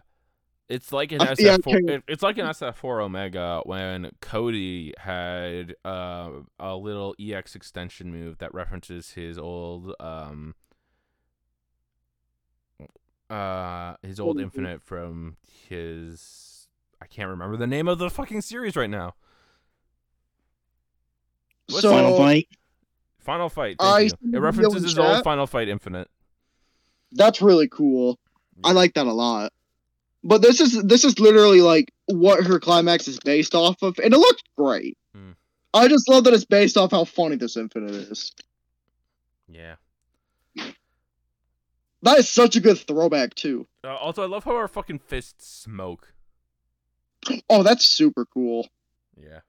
S1: it's like an
S4: Uh, yeah,
S1: SF4.
S4: okay.
S1: it- It's like an SF4 Omega when Cody had uh, a little EX extension move that references his old um. Uh, his old
S4: Mhm.
S1: infinite from his I can't remember the name of the fucking series right now. What's
S4: So
S3: Final fight.
S1: Final Fight.
S4: I
S1: Thank
S4: see
S1: you. It
S4: Neil
S1: references
S4: in
S1: his
S4: chat.
S1: old Final Fight Infinite.
S4: that's really cool. I like that a lot. But this is this is literally like what her climax is based off of, and it looks great.
S1: Hmm.
S4: I just love that it's based off how funny this infinite is.
S1: Yeah.
S4: That is such a good throwback too.
S1: Uh, also, I love how our fucking fists smoke.
S4: Oh, that's super cool.
S1: Yeah.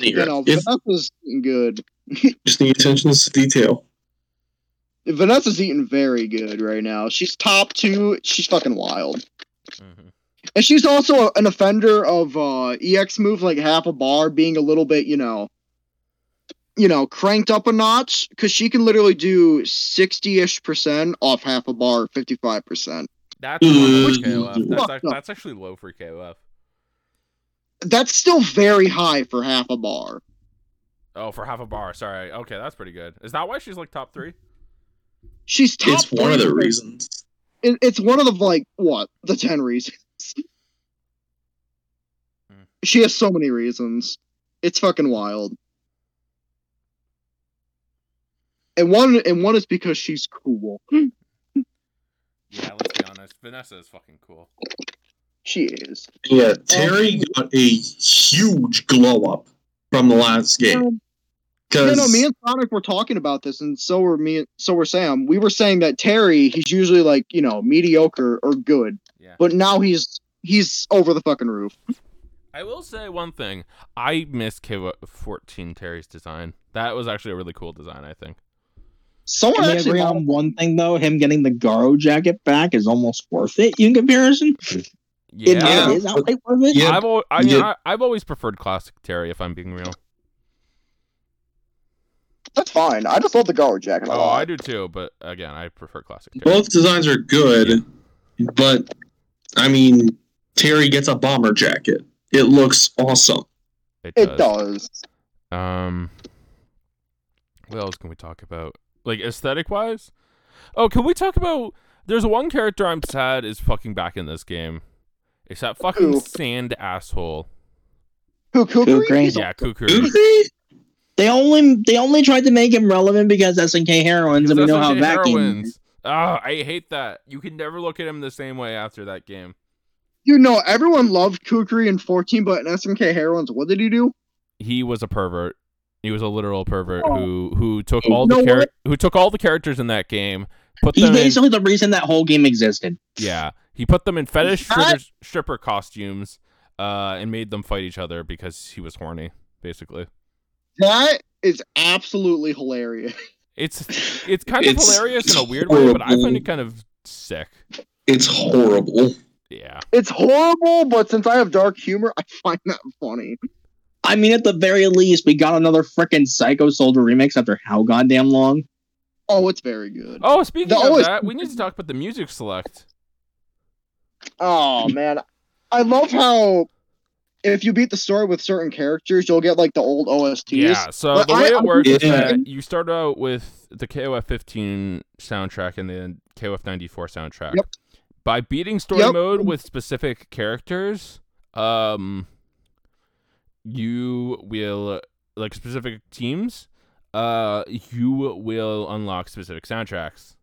S4: You know,
S2: If-
S4: Vanessa's eating good.
S2: just need attention to detail.
S4: Vanessa's eating very good right now. She's top two. She's fucking wild.
S1: Mm-hmm.
S4: And she's also an offender of uh, EX move, like half a bar, being a little bit, you know, you know, cranked up a notch because she can literally do sixty-ish percent off half a bar, fifty-five percent.
S1: That's low for
S2: Mm.
S1: KOF. That's,
S4: Fucked
S1: ac-
S4: up.
S1: that's actually low for KOF.
S4: That's still very high for half a bar.
S1: Oh, for half a bar. Sorry. Okay, that's pretty good. Is that why she's like top three?
S4: She's top.
S2: It's one of
S4: three
S2: the
S4: for-
S2: reasons.
S4: it- it's one of the like what the ten reasons.
S1: Hmm.
S4: she has so many reasons. It's fucking wild. And one and one is because she's cool.
S1: Yeah, let's be honest. Vanessa is fucking cool.
S4: She is.
S2: Yeah, Terry got a huge glow up from the last game.
S4: Um,
S2: Because
S4: No, no, me and Sonic were talking about this, and so were me. and So were Sam. We were saying that Terry, he's usually like you know mediocre or good,
S1: Yeah.
S4: but now he's he's over the fucking roof.
S1: I will say one thing. I miss KOF 14 Terry's design. That was actually a really cool design, I think.
S4: Someone
S3: Can we
S4: actually
S3: agree on one thing though? Him getting the Garo jacket back is almost worth it in comparison. It-
S1: Yeah.
S3: it is outright worth it.
S2: Yeah.
S1: I've, al- I mean,
S2: Yeah.
S1: I, I've always preferred classic Terry, if I'm being real.
S4: That's fine. I just love the guard jacket.
S1: Oh, I do too, but again, I prefer classic Terry.
S2: both designs are good, but I mean, Terry gets a bomber jacket. It looks awesome.
S4: It does.
S1: Um, what else can we talk about? Like aesthetic wise? Oh, can we talk about? There's one character I'm sad is fucking back in this game. It's that fucking
S4: Who?
S1: sand asshole.
S4: Who Kukri?
S3: Kukri?
S4: He's a-
S1: Yeah, Kukri.
S2: Goofy?
S3: They only they only tried to make him relevant because SNK heroines, and we know how that game. is.
S1: Ah, I hate that. You can never look at him the same way after that game.
S4: You know, everyone loved Kukri in 14, but in SMK Heroines, what did he do?
S1: He was a pervert. He was a literal pervert
S4: Oh.
S1: who who took all
S4: No
S1: the char-
S4: way.
S1: who took all the characters in that game, put
S3: He's
S1: them in
S3: basically the reason that whole game existed.
S1: Yeah, he put them in fetish
S4: Not-
S1: stripper, stripper costumes uh, and made them fight each other because he was horny, basically.
S4: That is absolutely hilarious. *laughs*
S1: It's it's kind of
S2: It's-
S1: hilarious
S2: it's
S1: in a weird way, but I find
S2: horrible.
S1: it kind of sick.
S2: It's horrible.
S1: Yeah.
S4: It's horrible, but since I have dark humor, I find that funny.
S3: I mean, at the very least, we got another freaking Psycho Soldier remix after how goddamn long?
S4: Oh, it's very good.
S1: Oh, speaking
S4: The
S1: of
S4: always-
S1: that, we need to talk about the music select.
S4: Oh man, I love how if you beat the story with certain characters, you'll get like the old OSTs.
S1: Yeah. So
S4: But
S1: the way
S4: I-
S1: it works is
S2: Yeah.
S1: that you start out with the KOF 15 soundtrack and then KOF 94 soundtrack.
S4: Yep.
S1: By beating story
S4: Yep.
S1: mode with specific characters, um, you will like specific teams. Uh, you will unlock specific soundtracks,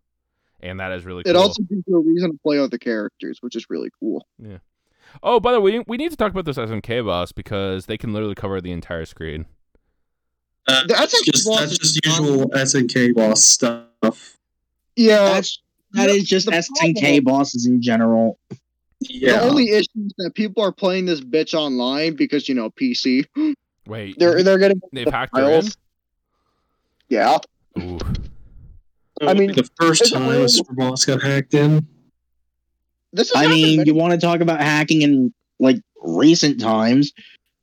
S1: and that is really cool.
S4: It also gives you a reason to play other characters, which is really cool.
S1: Oh, by the way, we need to talk about this SNK boss because they can literally cover the entire screen.
S4: That's actually
S2: Just
S4: boss
S2: that's
S4: is
S2: just
S4: fun.
S2: usual SNK boss stuff.
S4: Yeah,
S3: That's that is just
S4: The
S3: SNK bosses in general.
S2: Yeah.
S4: The only issue is that people are playing this bitch online because you know PC.
S1: Wait,
S4: They're they're getting
S1: they've
S4: the
S1: hacked her in.
S4: files. Yeah,
S1: Ooh.
S4: I mean,
S2: the first
S4: it's
S2: time
S4: horrible.
S2: a super boss got hacked in.
S4: this is.
S3: I mean, you want to talk about hacking in like recent times?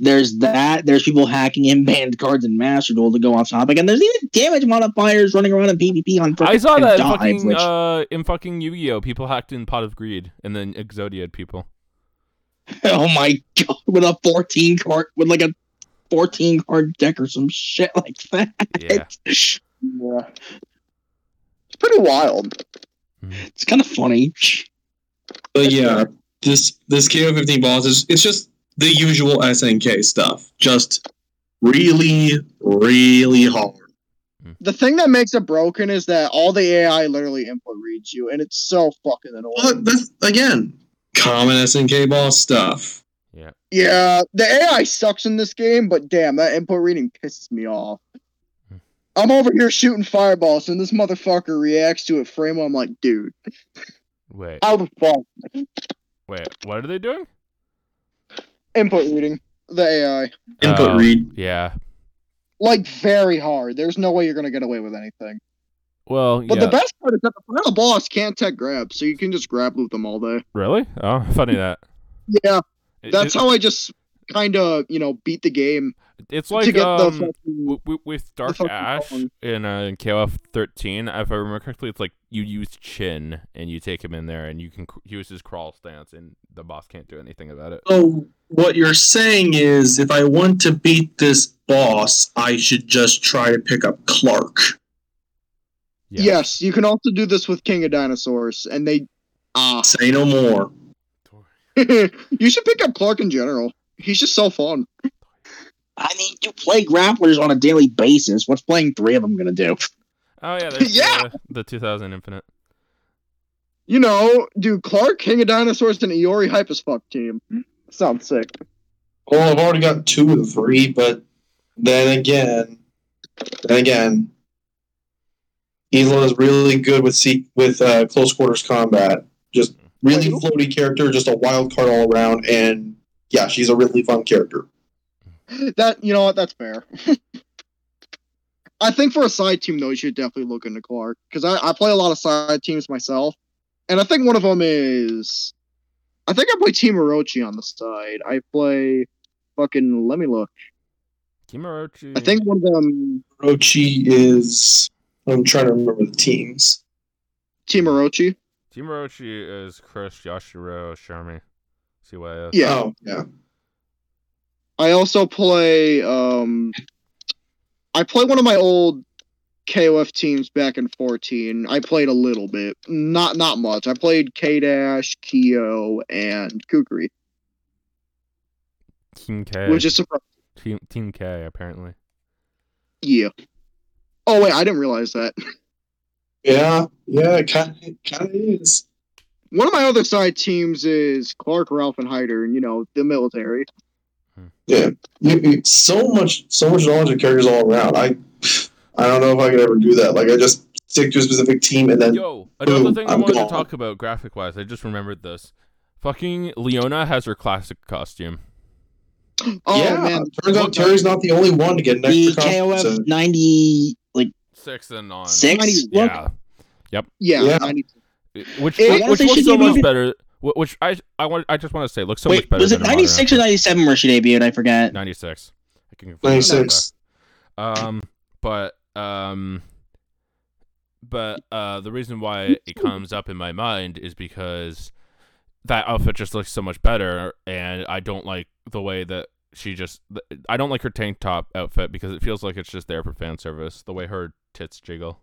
S3: There's that. There's people hacking in banned cards in Master Duel to go off topic, and there's even damage modifiers running around in PvP on
S1: I saw
S3: frickin'
S1: that in
S3: dive,
S1: fucking
S3: which-
S1: uh, in fucking Yu-Gi-Oh. People hacked in Pot of Greed and then Exodia'd people.
S4: *laughs*
S3: *laughs* oh my god, with a 14 card, with like a 14 card deck or some shit like that.
S1: Yeah.
S3: It's,
S4: yeah. it's pretty wild.
S3: it's kind of funny.
S2: But yeah, this this KO fifteen boss is it's just the usual SNK stuff. Just really, really hard.
S4: The thing that makes it broken is that all the AI literally input reads you, and it's so fucking annoying.
S2: But that's again common SNK boss stuff.
S4: Yeah, the AI sucks in this game, but damn, that input reading pisses me off.
S1: Hmm.
S4: I'm over here shooting fireballs, and this motherfucker reacts to it frame. I'm like, dude,
S1: Wait,
S4: how the fuck?
S1: wait. What are they doing?
S4: Input reading the AI
S2: Input
S1: Oh,
S2: read.
S1: Yeah.
S4: like very hard. There's no way you're gonna get away with anything.
S1: Well,
S4: But
S1: yeah.
S4: the best part is that the final boss can't tech grab, so you can just grab loot them all day.
S1: really? Oh, *laughs* funny that.
S4: Yeah,
S1: It-
S4: that's
S1: it-
S4: how I just kind of you know beat the game
S1: It's
S4: to
S1: like
S4: get
S1: um,
S4: the fucking.
S1: w- w- with Dark
S4: fucking
S1: Ash
S4: song.
S1: in uh, in KOF 13. If I remember correctly, it's like you use Chin and you take him in there and you can cr- use his crawl stance and the boss can't do anything about it.
S2: So what you're saying is if I want to beat this boss, I should just try to pick up Clark.
S1: Yeah.
S4: Yes, you can also do this with King of Dinosaurs, and they ah *laughs*
S2: Say no more.
S4: you should pick up Clark in general. He's just so fun.
S3: I mean, you play grapplers on a daily basis. What's playing three of them gonna do?
S1: Oh
S4: *laughs*
S1: yeah, there's
S4: Yeah!
S1: The, the 2000 Infinite.
S4: You know, dude, Clark, King of Dinosaurs, and Iori hype as fuck team. Sounds sick.
S2: Well, I've already got two of the three, but then again, then again, Elon is really good with se- with uh, close quarters combat. Just really
S4: Wait,
S2: floaty character, just a wild card all around, and yeah, she's a really fun character.
S4: That you know what? That's fair. *laughs* I think for a side team though, you should definitely look into Clark because I, I play a lot of side teams myself, and I think one of them is, I think I play Team Orochi on the side. I play fucking let me look.
S1: Kimorochi.
S4: I think one of them
S2: Rochi is I'm trying to remember the teams.
S4: Team Orochi.
S1: Kimorochi is Chris Yoshiro Sharmi. CYS.
S4: Yeah.
S2: Oh yeah.
S4: I also play um I play one of my old KOF teams back in 14. I played a little bit. Not not much. I played K Dash, Kyo, and Kukri,
S1: Team K.
S4: which is surprising.
S1: Team Team K apparently.
S4: Yeah. Oh wait, I didn't realize that.
S2: Yeah, yeah, it kind of, kind of is.
S4: One of my other side teams is Clark, Ralph, and Hyder, and you know, the military.
S2: You, you- so much, so much knowledge of characters all around. I, I don't know if I could ever do that. Like, I just stick to a specific team and then
S1: Yo, another
S2: Boom,
S1: thing I
S2: I'm
S1: wanted
S2: gone.
S1: to talk about graphic wise, I just remembered this. Fucking Leona has her classic costume.
S4: Oh
S2: yeah,
S4: man,
S2: turns out Terry's not the only one to get an
S3: The
S2: extra
S3: KOF
S2: compensation.
S3: ninety like
S1: Six and on.
S3: six.
S4: Ninety-
S1: Yeah.
S4: yeah,
S2: Yeah.
S4: 90
S1: which
S4: It-
S3: I
S1: which
S3: honestly
S1: looks
S3: should
S1: so
S3: be
S1: much
S3: moving-
S1: better. wh- Which I I want I just want to say looks so much
S3: Wait,
S1: better.
S3: was it
S1: than a
S3: ninety six or
S1: modern
S3: ninety seven where she debuted? I forget.
S1: effort. 96? I can confirm that.
S2: 96.
S1: Um, but um, but uh, the reason why it comes up in my mind is because that outfit just looks so much better, and I don't like the way that she just. th- I don't like her tank top outfit because it feels like it's just there for fan service. The way her tits jiggle.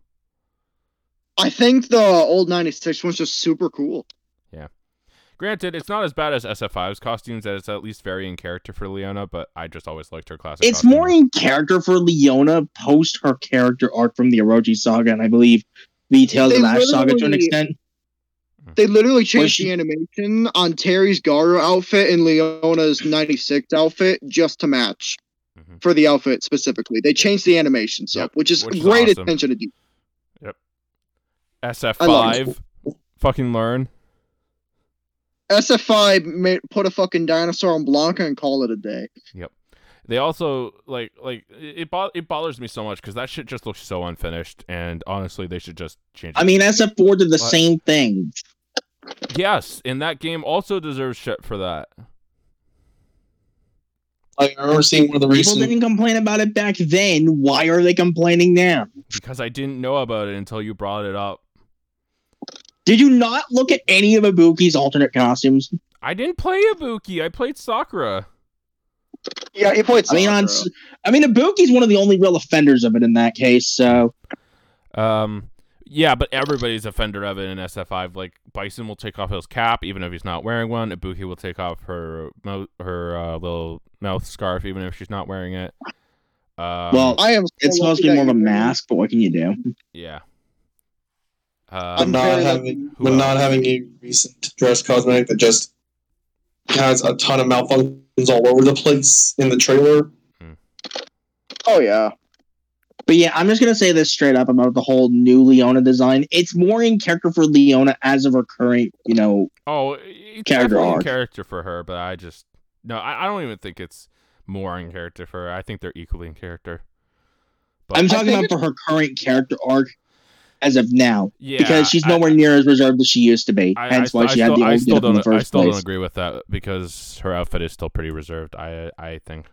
S4: I think the old '96 one's just super cool.
S1: Granted, it's not as bad as SF5's costumes, as it's at least very in character for Leona, but I just always liked her classic.
S3: It's
S1: costume
S3: more in character for Leona post her character arc from the Orochi saga, and I believe the Tales
S4: They
S3: of Ash saga to an
S4: literally-
S3: extent.
S4: They literally changed
S3: she-
S4: the animation on Terry's Garo outfit and Leona's '96 outfit just to match
S1: Mhm.
S4: for the outfit specifically. They changed the animation stuff,
S1: Yep,
S4: which is
S1: which is
S4: great
S1: awesome.
S4: attention to detail. I love
S1: SF5, fucking learn.
S4: SFI ma- put a fucking dinosaur on Blanca and call it a day.
S1: They also like like it it, bo- it bothers me so much because that shit just looks so unfinished, and honestly, they should just change. It.
S3: I mean, SF4 did the
S1: What?
S3: same thing.
S1: yes, and that game also deserves shit for that.
S2: Like, I remember seeing one of the
S3: People
S2: recent.
S3: didn't complain about it back then. Why are they complaining now?
S1: Because I didn't know about it until you brought it up.
S3: Did you not look at any of Ibuki's alternate costumes?
S1: I didn't play Ibuki. I played Sakura.
S4: Yeah, he played.
S3: I mean, on, s- I mean, Ibuki's one of the only real offenders of it in that case. So
S1: Um, yeah, but everybody's offender of it in SF5. Like Bison will take off his cap even if he's not wearing one. Ibuki will take off her mo- her uh, little mouth scarf even if she's not wearing it. Um,
S3: Well,
S4: I am. so
S3: it's supposed
S4: lucky
S3: to be
S4: that
S3: more of a
S4: you're-
S3: mask, but what can you do?
S1: yeah.
S2: I'm
S1: Um,
S2: not
S4: very
S2: having, uh,
S1: lucky.
S2: but not having a recent dress cosmetic that just has a ton of malfunctions all over the place in the trailer.
S4: Oh yeah.
S3: But yeah, I'm just gonna say this straight up about the whole new Leona design. It's more in character for Leona as of her current, you know.
S1: oh, it's
S3: Character
S1: definitely in
S3: arc.
S1: character for her, but I just no, I, I don't even think it's more in character for her. I think they're equally in character. But
S3: I'm talking
S4: think
S3: about for her current character arc as of now,
S1: yeah,
S3: because she's
S1: I-
S3: nowhere near as reserved as she used to be. Hence why she had the
S1: I
S3: old
S1: still
S3: getup in
S1: don't,
S3: the
S1: I
S3: first
S1: still don't
S3: place.
S1: agree with that because her outfit is still pretty reserved. I I think,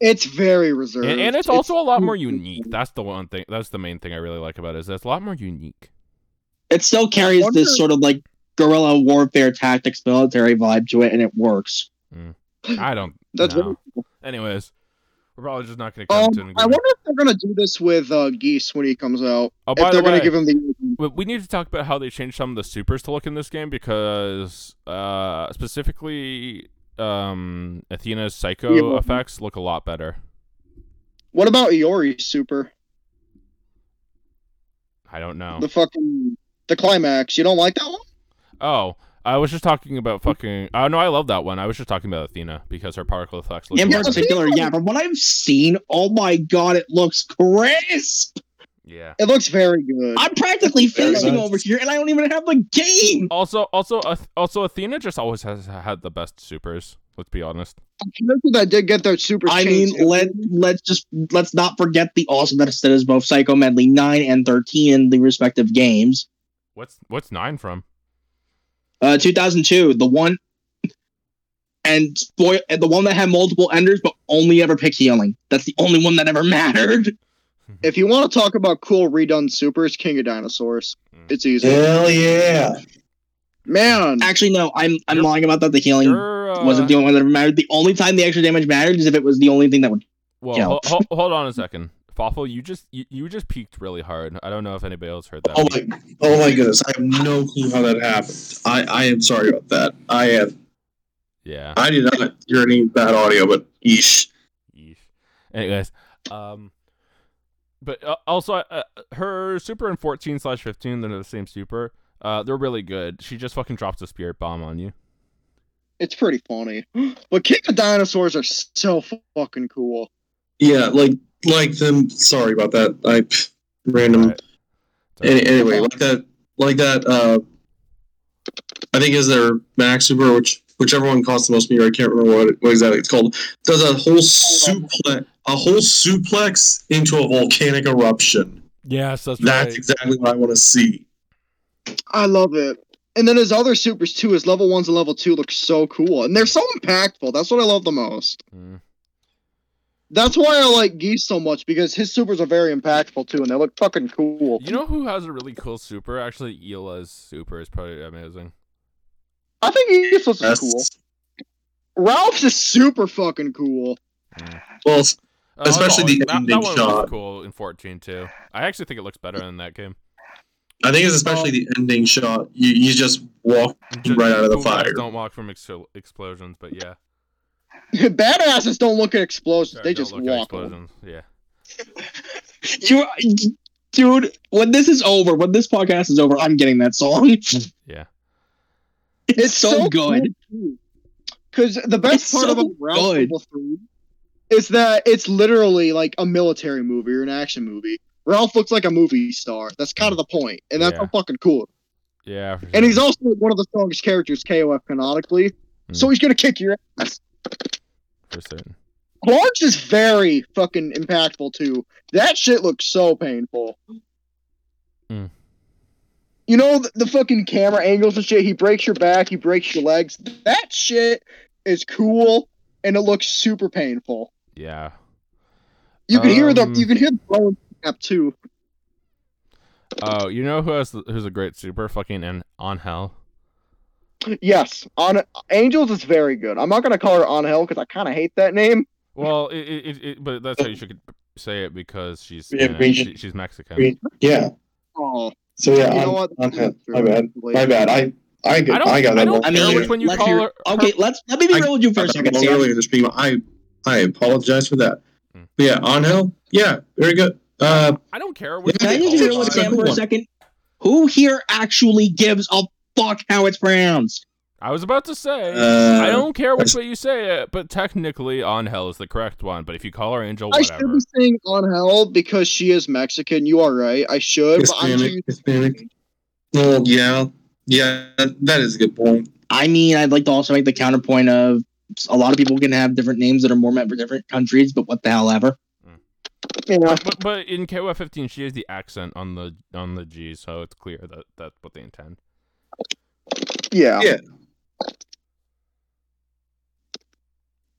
S4: It's very reserved,
S1: and, and it's also a lot more unique. That's the one thing. That's the main thing I really like about it is that it's a lot more unique.
S3: It still carries
S4: wonder-
S3: this sort of like guerrilla warfare tactics military vibe to it, and it works.
S1: I don't.
S4: That's
S1: know.
S4: very
S1: Anyways, we're probably just not going to come
S4: Um,
S1: to an agreement.
S4: I wonder if they're gonna do this with uh, Geese when he comes out.
S1: oh, by
S4: If they're
S1: the way,
S4: gonna give him the
S1: we- we need to talk about how they changed some of the supers to look in this game because uh, specifically um, Athena's psycho
S4: Yeah, well-
S1: effects look a lot better.
S4: what about Iori Super?
S1: I don't know.
S4: The fucking the climax. You don't like that one?
S1: Oh, I was just talking about fucking. Oh no, I love that one. I was just talking about Athena because her particle effects look.
S3: In
S1: amazing.
S3: particular, yeah, from what I've seen, oh my god, it looks crisp.
S1: yeah.
S4: It looks very good.
S3: I'm practically
S2: Very
S3: facing
S2: nice.
S3: over here, and I don't even have the game.
S1: Also, also, Ath- also, Athena just always has had the best supers. Let's be honest.
S4: Nothing that did get their super.
S3: I mean,
S4: changed.
S3: let let's just let's not forget the awesomeness that is both Psycho Medley nine and thirteen in the respective games.
S1: What's what's nine from?
S3: Uh, two thousand two, the one, and spoil the one that had multiple enders but only ever picked healing. That's the only one that ever mattered.
S4: if you want to talk about cool redone supers, King of Dinosaurs.
S1: Mm.
S4: It's easy,
S2: Hell yeah!
S4: man.
S3: Actually, no, I'm I'm
S1: You're-
S3: lying about that. The healing
S1: You're, uh,
S3: wasn't the only one that ever mattered. The only time the extra damage mattered is if it was the only thing that would.
S1: Well,
S3: Yeah.
S1: ho- ho- hold on a second, Fawful. You just you, you just peaked really hard. I don't know if anybody else heard that.
S2: Oh my, oh my goodness! I have no clue how that happened. I, I am sorry about that. I have,
S1: yeah.
S2: I did not hear any bad audio, but yeesh.
S1: Yeesh. Anyways, um, but uh, also uh, her super and fourteen slash fifteen, they're the same super. Uh, they're really good. She just fucking drops a spirit bomb on you.
S4: It's pretty funny. *gasps* But King of Dinosaurs are so fucking cool.
S2: Yeah, like like them. Sorry about that. I pff, random.
S1: Right.
S2: Any, anyway, like that, like that. Uh, I think is their max super, which whichever one costs the most money. I can't remember what, it, what exactly it's called. Does a whole suplex, a whole suplex into a volcanic eruption.
S6: Yes, that's,
S2: That's
S6: right.
S2: exactly what I want to see.
S4: I love it. And then his other supers too, his level ones and level two look so cool. And they're so impactful. That's what I love the most.
S1: Mm.
S4: That's why I like Geese so much, because his supers are very impactful too, and they look fucking cool.
S1: You know who has a really cool super? Actually, Eela's super is probably amazing.
S4: I think Geese looks
S2: That's-
S4: cool. Ralph's is super fucking cool.
S2: Well,
S1: Uh, that
S2: Especially
S1: one-
S2: the
S1: that,
S2: ending
S1: that one
S2: shot.
S1: was cool in 14 too. I actually think it looks better in that game.
S2: I think it's
S1: Um,
S2: especially the ending shot. You, you just walk.
S1: Ju-
S2: Right out of the
S1: boomers
S2: fire.
S1: Don't walk from ex- explosions, but yeah.
S4: *laughs* Badasses don't look at explosions,
S1: Sorry,
S4: they
S1: don't
S4: just
S1: look at
S4: walk.
S1: Explosions. Yeah.
S3: You, dude, when this is over, when this podcast is over, I'm getting that song. It's,
S1: *laughs* Yeah.
S3: so, good.
S4: Because the best
S3: It's
S4: part
S3: so
S4: about Ralph
S3: good.
S4: Level 3 is that it's literally like a military movie or an action movie. Ralph looks like a movie star. That's kind of the point, and that's
S1: Yeah.
S4: so fucking cool.
S1: Yeah. for
S4: And
S1: sure.
S4: he's also one of the strongest characters KOF canonically, so
S1: Mm.
S4: he's gonna kick your ass.
S1: for certain.
S4: Clark's is very fucking impactful too. That shit looks so painful.
S1: Mm.
S4: You know the, the fucking camera angles and shit. He breaks your back, he breaks your legs. That shit is cool, and it looks super painful.
S1: Yeah.
S4: You can hear the
S1: Um,
S4: you can hear the blowing up too.
S1: Oh, you know who has who's a great super? Fucking and on hell.
S4: Yes, on Angels is very good. I'm not gonna call her on hell because I kind of hate that name.
S1: Well, it, it, it, it, but that's how you should say it because she's
S2: Yeah,
S1: you know,
S2: region-
S1: she, she's Mexican.
S2: region- Yeah.
S4: Oh,
S2: So yeah,
S4: you know
S2: I'm-
S4: what?
S2: okay, my bad. My bad. I I,
S1: I don't-
S2: I got
S1: I
S2: that
S1: don't
S2: wrong.
S3: I
S1: Care
S3: mean,
S1: which one you
S3: let's
S1: call
S3: hear-
S1: her- her-
S3: okay, let's let me be
S2: I-
S3: real with you for a second, Sam.
S2: Earlier this stream, I I apologize for that.
S1: Hmm.
S2: But yeah, on hill. Yeah, very good. Uh,
S1: I don't care. Which
S2: Yeah,
S3: Can I
S2: you
S3: just
S1: you
S3: be
S2: hear
S3: real with
S2: it's a
S3: Sam
S2: good
S3: for a
S2: one.
S3: second? Who here actually gives a fuck how it's pronounced?
S1: I was about to say.
S2: uh,
S1: I don't care which way you say it, but technically, on hell is the correct one. But if you call her angel,
S4: I should
S1: whatever.
S4: be saying on hell because she is Mexican. You are right. I should. but I'm too
S2: Hispanic. Hispanic. Well, yeah, yeah, that, that is a good point.
S3: I mean, I'd like to also make the counterpoint of a lot of people can have different names that are more meant for different countries, but what the hell ever.
S4: Yeah.
S1: But, but in KOF 15, she has the accent on the on the G, so it's clear that that's what they intend.
S4: Yeah.
S2: Yeah.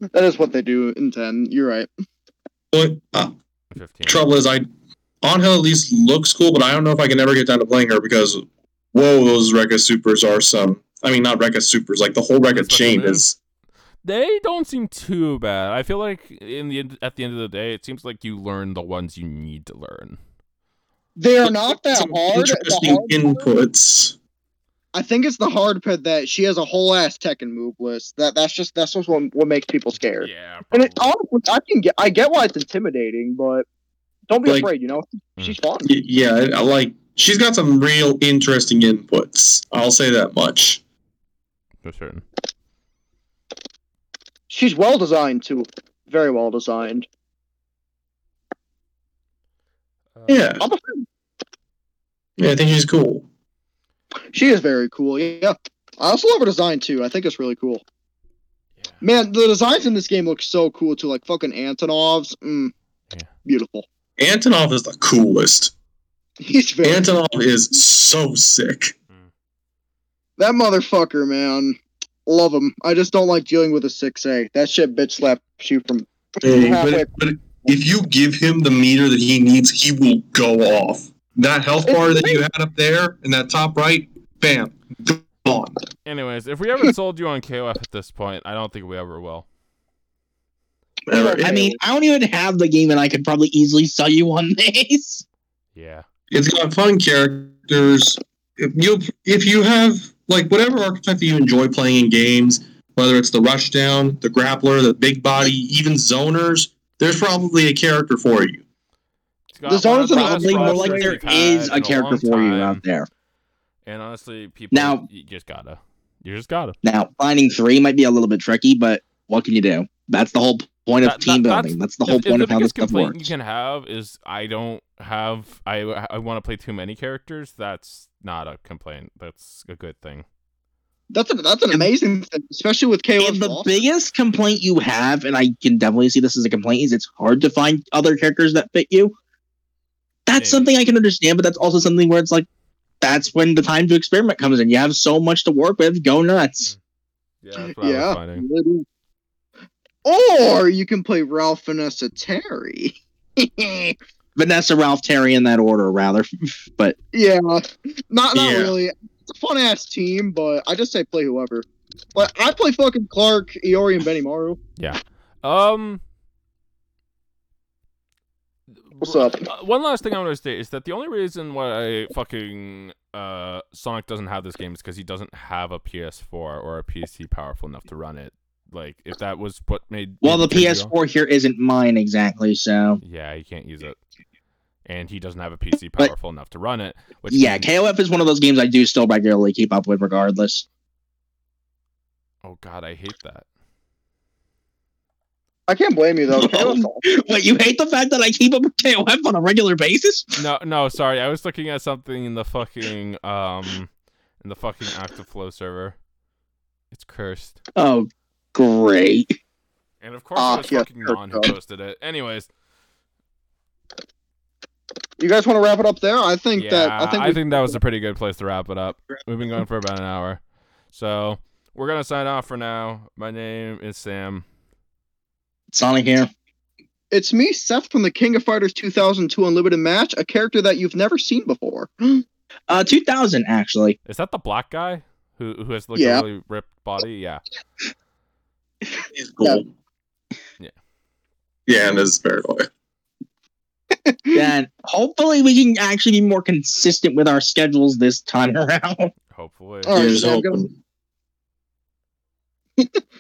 S4: That is what they do in 10. You're right.
S2: But uh,
S1: 15.
S2: trouble is, I on hill at least looks cool, but I don't know if I can ever get down to playing her because whoa, those Rekka supers are some. I mean, not Rekka supers. Like the whole Rekka
S1: Special
S2: chain
S1: moves?
S2: is.
S1: They don't seem too bad. I feel like in the end, at the end of the day, it seems like you learn the ones you need to learn.
S4: They are not that
S2: some
S4: hard.
S2: Interesting
S4: The hard part-
S2: inputs.
S4: I think it's the hard part that she has a whole ass Tekken move list. That that's just that's just what, what makes people scared.
S1: Yeah.
S4: And it
S1: probably.
S4: honestly, I can get I get why it's intimidating, but don't be
S2: Like-
S4: afraid. You know, she's
S1: Hmm.
S4: fun.
S2: Y- Yeah, I- I like she's got some real interesting inputs. I'll say that much.
S1: For certain.
S4: She's well designed too. Very well designed.
S1: Uh,
S2: Yeah,
S4: I'm a fan.
S2: yeah, I think she's cool.
S4: She is very cool. Yeah. I also love her design too. I think it's really cool.
S1: yeah.
S4: Man, the designs in this game look so cool too. Like fucking Antonov's. Mm,
S1: Yeah.
S4: Beautiful. *laughs*
S2: Antonov is the coolest.
S4: He's very
S2: Antonov is so sick.
S4: that motherfucker, man. Love him. I just don't like dealing with a six A. That shit bitch slaps you from.
S2: Hey, but,
S4: halfway-
S2: if, but if you give him the meter that he needs, he will go off. That health
S4: It's
S2: bar that you had up there in that top right, bam, gone.
S1: Anyways, if we ever sold you on KOF at this point, I don't think we ever will.
S2: Whatever.
S3: I mean, I don't even have the game, and I could probably easily sell you on this.
S1: Yeah.
S2: It's got fun characters. If you if you have like whatever archetype that you enjoy playing in games, whether it's the rushdown, the grappler, the big body, even zoners, there's probably a character for you.
S1: It's got
S4: The
S1: one of
S4: zone's
S1: the
S3: Probably
S1: best
S3: more like
S1: rosters
S3: there
S1: we've
S3: is
S1: had
S3: a
S1: in
S3: character
S1: long
S3: for you
S1: time,
S3: out there.
S1: And honestly, people
S3: Now-
S1: you just gotta. You just gotta.
S3: Now, finding three might be a little bit tricky, but what can you do? That's the whole point of
S1: That- that-
S3: team
S1: that's-
S3: building. That's the whole
S1: If- if
S3: point
S1: the
S3: of how this
S1: biggest
S3: stuff
S1: complaint
S3: works.
S1: you can have is I don't have I I want to play too many characters. That's not a complaint. That's a good thing.
S4: That's a, that's an amazing thing, especially with Caleb.
S3: And the biggest complaint you have, and I can definitely see this as a complaint, is it's hard to find other characters that fit you. That's
S1: Maybe.
S3: something I can understand, but that's also something where it's like, that's when the time to experiment comes in. You have so much to work with. Go nuts.
S1: Yeah, that's what I
S4: Yeah.
S1: was finding.
S4: or you can play Ralph Vanessa Terry. *laughs*
S3: Vanessa, Ralph, Terry, in that order, rather. but
S4: Yeah, not not
S1: Yeah.
S4: really. It's a fun ass team, but I just say play whoever. Like I play fucking Clark, Iori, and Benny Maru.
S1: Um.
S4: What's up?
S1: Uh, one last thing I want to state is that the only reason why I fucking uh, Sonic doesn't have this game is because he doesn't have a PS4 or a PC powerful enough to run it. Like, if that was what made
S3: well, the
S1: made it go-
S3: PS4 here isn't mine exactly, so
S1: yeah, he can't use it, and he doesn't have a PC
S3: But-
S1: powerful enough to run it. Which
S3: yeah,
S1: means-
S3: KOF is one of those games I do still regularly keep up with, regardless. *laughs*
S1: oh God, I hate that.
S4: I can't blame you though. Caleb's
S3: Wait, you hate the fact that I keep up with KOF on a regular basis?
S1: No, no, sorry, I was looking at something in the fucking um, in the fucking Octaflow server. It's cursed.
S3: Oh, great.
S1: And of course,
S4: Ah,
S1: it was
S4: yes,
S1: fucking
S4: sure,
S1: Ron who
S4: sure.
S1: posted it. Anyways,
S4: You guys want to wrap it up there? I think
S1: yeah,
S4: that I think, we,
S1: that was a pretty good place to wrap it up. We've been going for about an hour, so we're gonna sign off for now. My name is Sam.
S3: Sonic here.
S4: it's me, Seth from the King of Fighters 2002 Unlimited match, a character that you've never seen before.
S3: Uh, 2000
S1: *gasps*
S3: actually.
S1: Is that the black guy who who has like
S4: Yeah.
S1: a really ripped body? Yeah.
S2: He's cool.
S1: Yeah.
S2: Yeah, and it's very annoying.
S3: Then hopefully we can actually be more consistent with our schedules this time *laughs* around.
S1: Hopefully.
S4: All right,
S2: Here's
S4: Sam, go.
S2: hoping.